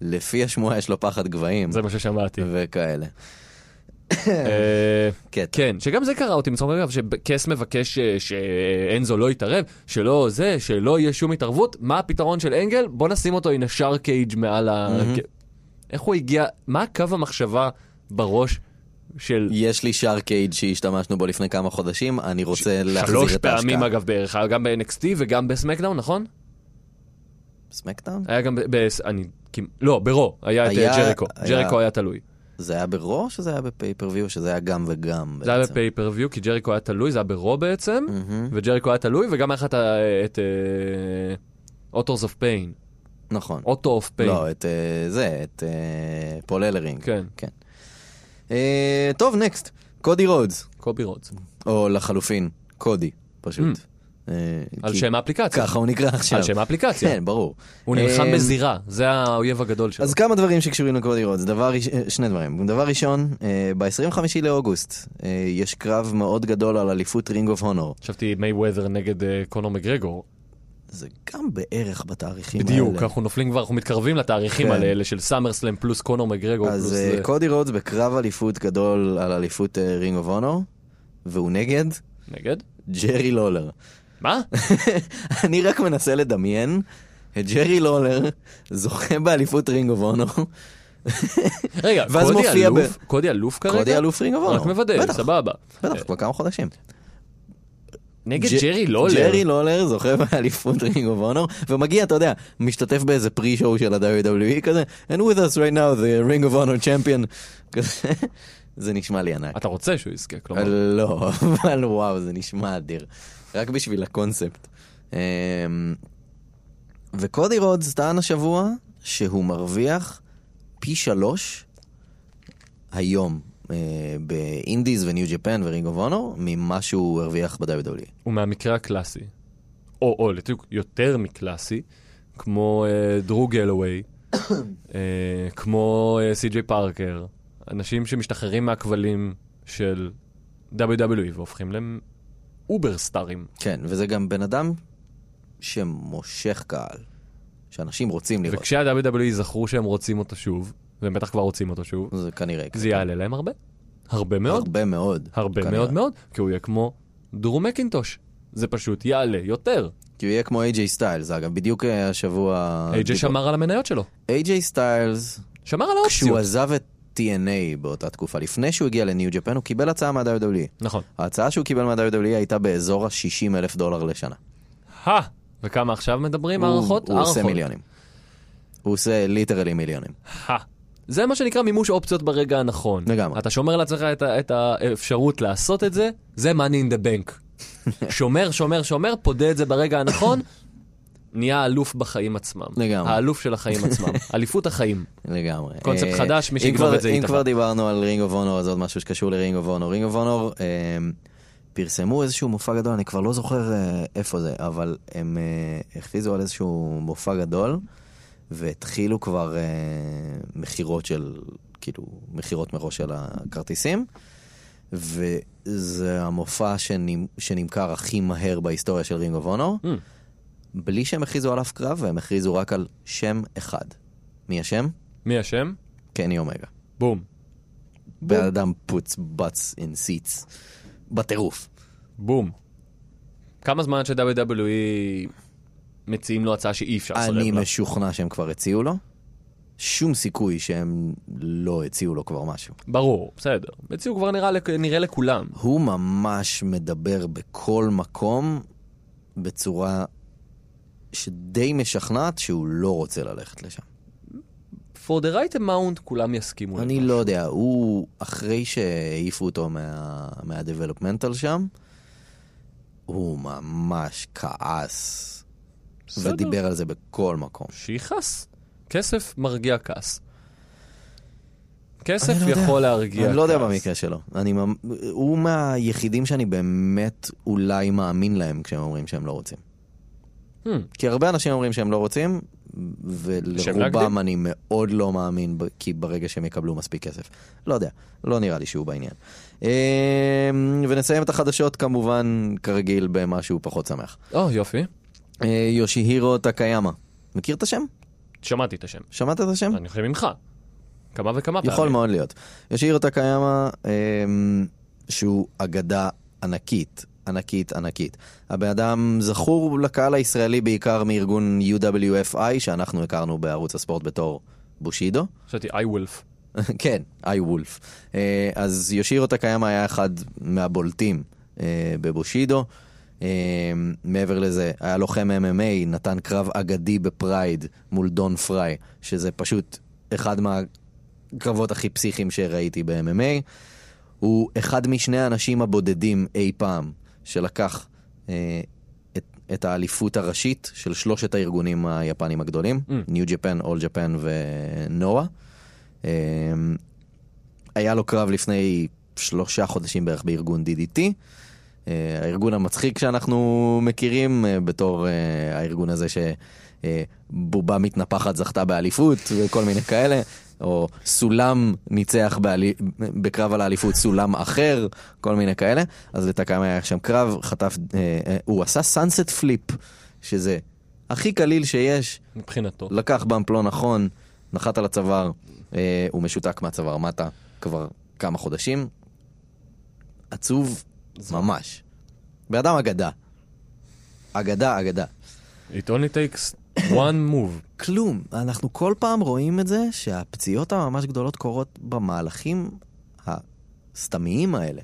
Speaker 4: לפי השמועה יש לו פחד גבהים.
Speaker 3: זה מה ששמעתי.
Speaker 4: וכאלה.
Speaker 3: אה,
Speaker 4: קטע.
Speaker 3: כן, שגם זה קרה אותי מצחוק אגב, שקס מבקש אה, שאנזו לא יתערב, שלא זה, שלא יהיה שום התערבות, מה הפתרון של אנגל? בוא נשים אותו עם השאר קייג' מעל ה... איך הוא הגיע, מה הקו המחשבה בראש של
Speaker 4: יש לי שרקייד שהשתמשנו בו לפני כמה חודשים, אני רוצה להחזיר את
Speaker 3: שלוש
Speaker 4: ההשקעה.
Speaker 3: פעמים אגב בערך, היה גם ב-NXT וגם בסמקדאון, נכון?
Speaker 4: סמקדאון?
Speaker 3: היה גם ב... ב- אני... כמעט- לא, ברו, היה את
Speaker 4: היה-
Speaker 3: אה, ג'ריקו,
Speaker 4: היה-
Speaker 3: ג'ריקו היה תלוי.
Speaker 4: זה היה ברו או שזה היה בפייפריוויו? שזה היה גם וגם
Speaker 3: זה היה
Speaker 4: בעצם. Mm-hmm.
Speaker 3: בפייפריוויו, כי ג'ריקו היה תלוי, זה היה ברו בעצם, וג'ריקו היה תלוי, וגם היה לך את ה- את אה, אוטורס אוף פיין,
Speaker 4: נכון.
Speaker 3: אוטו אוף פיין.
Speaker 4: לא, את אה, זה, את אה, פול אלרינג.
Speaker 3: כן.
Speaker 4: כן. אה, טוב, נקסט. קודי רודס.
Speaker 3: קובי רודס.
Speaker 4: או לחלופין, קודי, פשוט. אה,
Speaker 3: Mm. על
Speaker 4: כי
Speaker 3: שם האפליקציה.
Speaker 4: ככה הוא נקרא עכשיו.
Speaker 3: על שם האפליקציה.
Speaker 4: כן, ברור.
Speaker 3: הוא נלחם
Speaker 4: אה,
Speaker 3: בזירה, זה האויב הגדול שלו.
Speaker 4: אז כמה דברים שקשורים לקודי רודס, דבר, ראש- אה, שני דברים. דבר ראשון, אה, ב-25 לאוגוסט אה, יש קרב מאוד גדול על אליפות רינג אוף הונור.
Speaker 3: חשבתי מי ווית'ר נגד אה, קונור מגרגור.
Speaker 4: זה גם בערך בתאריכים האלה.
Speaker 3: בדיוק, אנחנו נופלים כבר, אנחנו מתקרבים לתאריכים
Speaker 4: כן.
Speaker 3: האלה האלה של סאמר סלאם פלוס קונור מגרגור. פלוס
Speaker 4: אז אה,
Speaker 3: זה.
Speaker 4: קודי רודס בקרב אליפות גדול על אליפות אה, רינג אוף הונור, והוא נגד
Speaker 3: נגד?
Speaker 4: ג'רי לולר.
Speaker 3: מה?
Speaker 4: אני רק מנסה לדמיין את ג'רי לולר זוכה באליפות רינג אוף הונור.
Speaker 3: רגע,
Speaker 4: ואז
Speaker 3: קודי
Speaker 4: מופיע
Speaker 3: אלוף?
Speaker 4: ב-
Speaker 3: קודי אלוף כרגע?
Speaker 4: קודי אלוף רינג אוף הונור.
Speaker 3: רק מוודא,
Speaker 4: בטח.
Speaker 3: סבבה.
Speaker 4: בטח, כבר כמה חודשים.
Speaker 3: נגד
Speaker 4: ג'-
Speaker 3: ג'רי לא לולר.
Speaker 4: ג'רי לולר זוכה באליפות רינג אוף הונור, ומגיע, אתה יודע, משתתף באיזה פרי שואו של ה-WWE כזה, and with us right now the ring of honor champion. כזה. זה נשמע לי ענק.
Speaker 3: אתה רוצה שהוא יזכה, כלומר.
Speaker 4: לא, אבל וואו, זה נשמע אדיר. רק בשביל הקונספט. אמ, וקודי רודס טען השבוע שהוא מרוויח פי שלוש היום אה, באינדיז וניו ג'פן ורינג אוף הונור ממה שהוא הרוויח E. ב-WWE.
Speaker 3: הוא מהמקרה הקלאסי, או, או לתיוק יותר מקלאסי, כמו אה, דרו גלווי, אה, כמו אה, סי.ג'יי פארקר, אנשים שמשתחררים מהכבלים של WWE והופכים להם אובר סטארים.
Speaker 4: כן, וזה גם בן אדם שמושך קהל, שאנשים רוצים לראות.
Speaker 3: E וכשה-WWE זכרו שהם רוצים אותו שוב, והם בטח כבר רוצים אותו שוב,
Speaker 4: זה כנראה יקרה.
Speaker 3: זה יעלה להם הרבה. הרבה מאוד,
Speaker 4: כן. הרבה מאוד.
Speaker 3: הרבה
Speaker 4: כנראה.
Speaker 3: מאוד מאוד, כי הוא יהיה כמו דרום מקינטוש. זה פשוט יעלה יותר.
Speaker 4: כי הוא יהיה כמו איי-ג'יי סטיילס, אגב, בדיוק אה, השבוע...
Speaker 3: AJ שמר על המניות שלו.
Speaker 4: איי-ג'יי סטיילס,
Speaker 3: שמר על
Speaker 4: כשהוא
Speaker 3: האופציות.
Speaker 4: עזב את TNA באותה תקופה, לפני שהוא הגיע לניו ג'פן, הוא קיבל הצעה מה-WWE.
Speaker 3: נכון.
Speaker 4: ההצעה שהוא קיבל מה-WWE הייתה באזור ה-60 אלף דולר לשנה.
Speaker 3: הא! וכמה עכשיו מדברים?
Speaker 4: הוא-
Speaker 3: הערכות?
Speaker 4: הוא עושה
Speaker 3: הערכות.
Speaker 4: מיליונים. הוא עושה ליטרלי מיליונים.
Speaker 3: הא. זה מה שנקרא מימוש אופציות ברגע הנכון.
Speaker 4: לגמרי.
Speaker 3: אתה שומר לעצמך את, ה- את האפשרות לעשות את זה, זה money in the bank. שומר, שומר, שומר, פודה את זה ברגע הנכון, נהיה האלוף בחיים עצמם.
Speaker 4: לגמרי.
Speaker 3: האלוף של החיים עצמם. אליפות החיים.
Speaker 4: לגמרי.
Speaker 3: קונספט
Speaker 4: אה,
Speaker 3: חדש, מי
Speaker 4: אם
Speaker 3: שיגנוב
Speaker 4: כבר-
Speaker 3: את זה
Speaker 4: אם
Speaker 3: יתבע.
Speaker 4: כבר דיברנו על רינג אוף אונור, אז עוד משהו שקשור לרינג אוף אונור. רינג אוף אונור אה, פרסמו איזשהו מופע גדול, אני כבר לא זוכר אה, איפה זה, אבל הם אה, הכריזו על איזשהו מופע גדול, והתחילו כבר אה, מכירות של, כאילו, מכירות מראש של הכרטיסים. וזה המופע שנמ- שנמכר הכי מהר בהיסטוריה של רינג אוף אונור,
Speaker 3: Mm.
Speaker 4: בלי שהם הכריזו על אף קרב, והם הכריזו רק על שם אחד. מי השם?
Speaker 3: מי אשם?
Speaker 4: קני אומגה.
Speaker 3: בום.
Speaker 4: כן, בן אדם puts butts in seats. בטירוף.
Speaker 3: בום. כמה זמן ש-WWE מציעים לו הצעה שאי אפשר לסרב לה?
Speaker 4: אני משוכנע שהם כבר הציעו לו. שום סיכוי שהם לא הציעו לו כבר משהו.
Speaker 3: ברור, בסדר. הציעו כבר נראה, לכ- נראה לכולם.
Speaker 4: הוא ממש מדבר בכל מקום בצורה שדי משכנעת שהוא לא רוצה ללכת לשם.
Speaker 3: For the right amount כולם יסכימו.
Speaker 4: אני
Speaker 3: לזה.
Speaker 4: לא יודע, הוא, אחרי שהעיפו אותו מה- מה-Developmental שם, הוא ממש כעס.
Speaker 3: בסדר.
Speaker 4: ודיבר על זה בכל מקום.
Speaker 3: שיכעס. כסף מרגיע כעס. כסף
Speaker 4: אני לא יודע.
Speaker 3: יכול להרגיע כעס.
Speaker 4: אני לא יודע במקרה שלו. אני, ממ- הוא מהיחידים שאני באמת אולי מאמין להם כשהם אומרים שהם לא רוצים.
Speaker 3: Hmm,
Speaker 4: כי הרבה אנשים אומרים שהם לא רוצים,
Speaker 3: שהם להקדים?
Speaker 4: ולרובם אני מאוד לא מאמין, ב- כי ברגע שהם יקבלו מספיק כסף. לא יודע, לא נראה לי שהוא בעניין. אמ, ונסיים את החדשות כמובן, כרגיל, במשהו פחות שמח.
Speaker 3: או, Oh, יופי.
Speaker 4: אה, יושיהירו טקיימה. מכיר את השם?
Speaker 3: שמעתי את השם.
Speaker 4: שמעת את השם?
Speaker 3: אני חושב ממך. כמה וכמה פעמים.
Speaker 4: Hmm. יכול מאוד להיות. ישאיר טקיימה, אמ, שהוא אגדה ענקית, ענקית, ענקית. הבן אדם זכור לקהל הישראלי בעיקר מארגון UWFI, שאנחנו הכרנו בערוץ הספורט בתור בושידו.
Speaker 3: חשבתי איי וולף.
Speaker 4: כן, איי וולף. אה, אז יושירו טקיימה היה אחד מהבולטים אה, בבושידו. אה, מעבר לזה, היה לוחם MMA, נתן קרב אגדי בפרייד מול דון פריי, שזה פשוט אחד מהקרבות הכי פסיכיים שראיתי ב-MMA. הוא אחד משני האנשים הבודדים אי פעם שלקח אה, את, את האליפות הראשית של שלושת הארגונים היפנים הגדולים,
Speaker 3: Mm.
Speaker 4: ניו ג'פן, אול ג'פן ונואה. אה, היה לו קרב לפני שלושה חודשים בערך בארגון DDT. אה, הארגון המצחיק שאנחנו מכירים אה, בתור אה, הארגון הזה שבובה מתנפחת זכתה באליפות וכל מיני כאלה, או סולם ניצח באלי... בקרב על האליפות סולם אחר, כל מיני כאלה. אז לטקאמה היה שם קרב, חטף, אה, אה, הוא עשה סאנסט פליפ, שזה הכי קליל שיש,
Speaker 3: מבחינתו.
Speaker 4: לקח באמפ לא נכון, נחת על הצוואר, אה, הוא משותק מהצוואר מטה כבר כמה חודשים. עצוב ממש. בן אדם אגדה. אגדה, אגדה.
Speaker 3: It only takes one move.
Speaker 4: כלום. אנחנו כל פעם רואים את זה שהפציעות הממש גדולות קורות במהלכים הסתמיים האלה.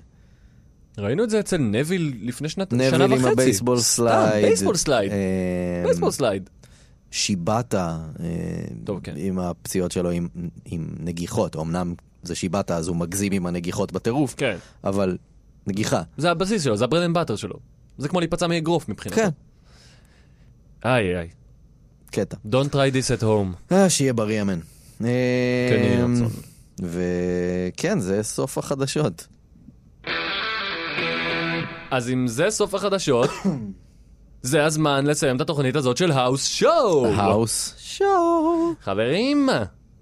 Speaker 3: ראינו את זה אצל נביל לפני שנת... שנה וחצי.
Speaker 4: נביל עם הבייסבול סלייד.
Speaker 3: סתם, בייסבול סלייד.
Speaker 4: אה,
Speaker 3: בייסבול סלייד.
Speaker 4: שיבאטה, אה,
Speaker 3: טוב, כן.
Speaker 4: עם הפציעות שלו עם, עם נגיחות, אמנם זה שיבאטה אז הוא מגזים עם הנגיחות בטירוף,
Speaker 3: כן.
Speaker 4: אבל נגיחה.
Speaker 3: זה הבסיס שלו, זה הברד אנד באטר שלו. זה כמו להיפצע מאגרוף מבחינתו.
Speaker 4: כן,
Speaker 3: איי איי.
Speaker 4: קטע.
Speaker 3: Don't try this at home.
Speaker 4: אה, שיהיה בריא אמן. אה,
Speaker 3: כן, יהי רצון.
Speaker 4: וכן, זה סוף החדשות.
Speaker 3: אז אם זה סוף החדשות, זה לא. הזמן לסיים את התוכנית הזאת של האוס שואו.
Speaker 4: האוס שואו.
Speaker 3: חברים,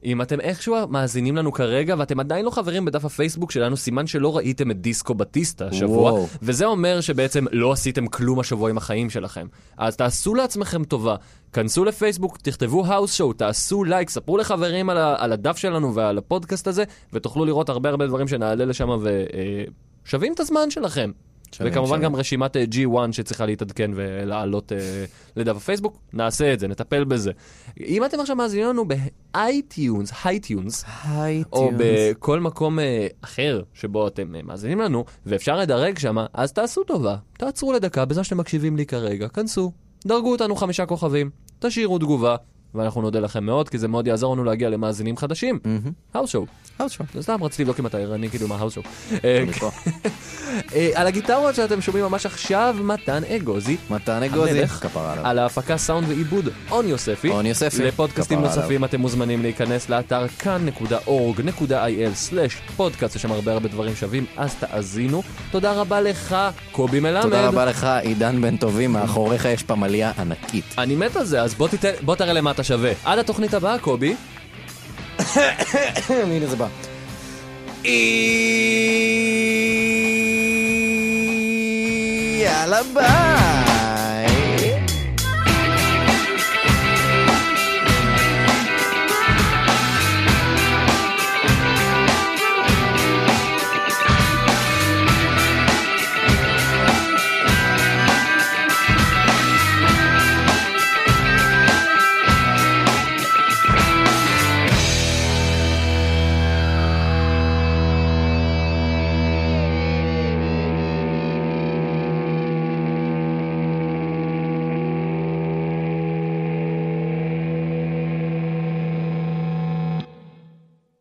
Speaker 3: אם אתם איכשהו מאזינים לנו כרגע ואתם עדיין לא חברים בדף הפייסבוק שלנו, סימן שלא ראיתם את דיסקו בטיסטה השבוע,
Speaker 4: וואו.
Speaker 3: וזה אומר שבעצם לא עשיתם כלום השבוע עם החיים שלכם. אז תעשו לעצמכם טובה, כנסו לפייסבוק, תכתבו האוס שואו, תעשו לייק, ספרו לחברים על, ה- על הדף שלנו ועל הפודקאסט הזה, ותוכלו לראות הרבה הרבה דברים שנעלה לשם ושווים את הזמן שלכם.
Speaker 4: שווים,
Speaker 3: וכמובן
Speaker 4: שווים.
Speaker 3: גם רשימת אה, G1 שצריכה להתעדכן ולעלות אה, לדף הפייסבוק, נעשה את זה, נטפל בזה. אם אתם עכשיו מאזינים לנו באייטיונס, הייטיונס,
Speaker 4: היי
Speaker 3: או בכל מקום אה, אחר שבו אתם אה, מאזינים לנו, ואפשר לדרג שם, אז תעשו טובה, תעצרו לדקה בזה שאתם מקשיבים לי כרגע, כנסו, דרגו אותנו חמישה כוכבים, תשאירו תגובה, ואנחנו נודה לכם מאוד, כי זה מאוד יעזור לנו להגיע למאזינים חדשים. האוס שואו. זה סתם רציתי לבדוק אם אתה ערני כאילו מההאוס שואו. אה, אה, על הגיטרות שאתם שומעים ממש עכשיו, מתן אגוזי.
Speaker 4: מתן אגוזי,
Speaker 3: המלך.
Speaker 4: כפרה עליו.
Speaker 3: על ההפקה סאונד ועיבוד, און יוספי.
Speaker 4: און יוספי,
Speaker 3: לפודקאסטים
Speaker 4: כפרה
Speaker 3: נוספים אתם מוזמנים להיכנס לאתר כאן.org.il/פודקאסט, יש שם הרבה הרבה דברים שווים, אז תאזינו. תודה רבה לך, קובי מלמד.
Speaker 4: תודה רבה לך, עידן בן טובים, מאחוריך יש פמליה ענקית.
Speaker 3: אני מת על זה, אז בוא, תיתן, בוא תראה למה אתה שווה. עד התוכנית הבאה, קובי.
Speaker 4: הנה זה בא. יאללה ביי!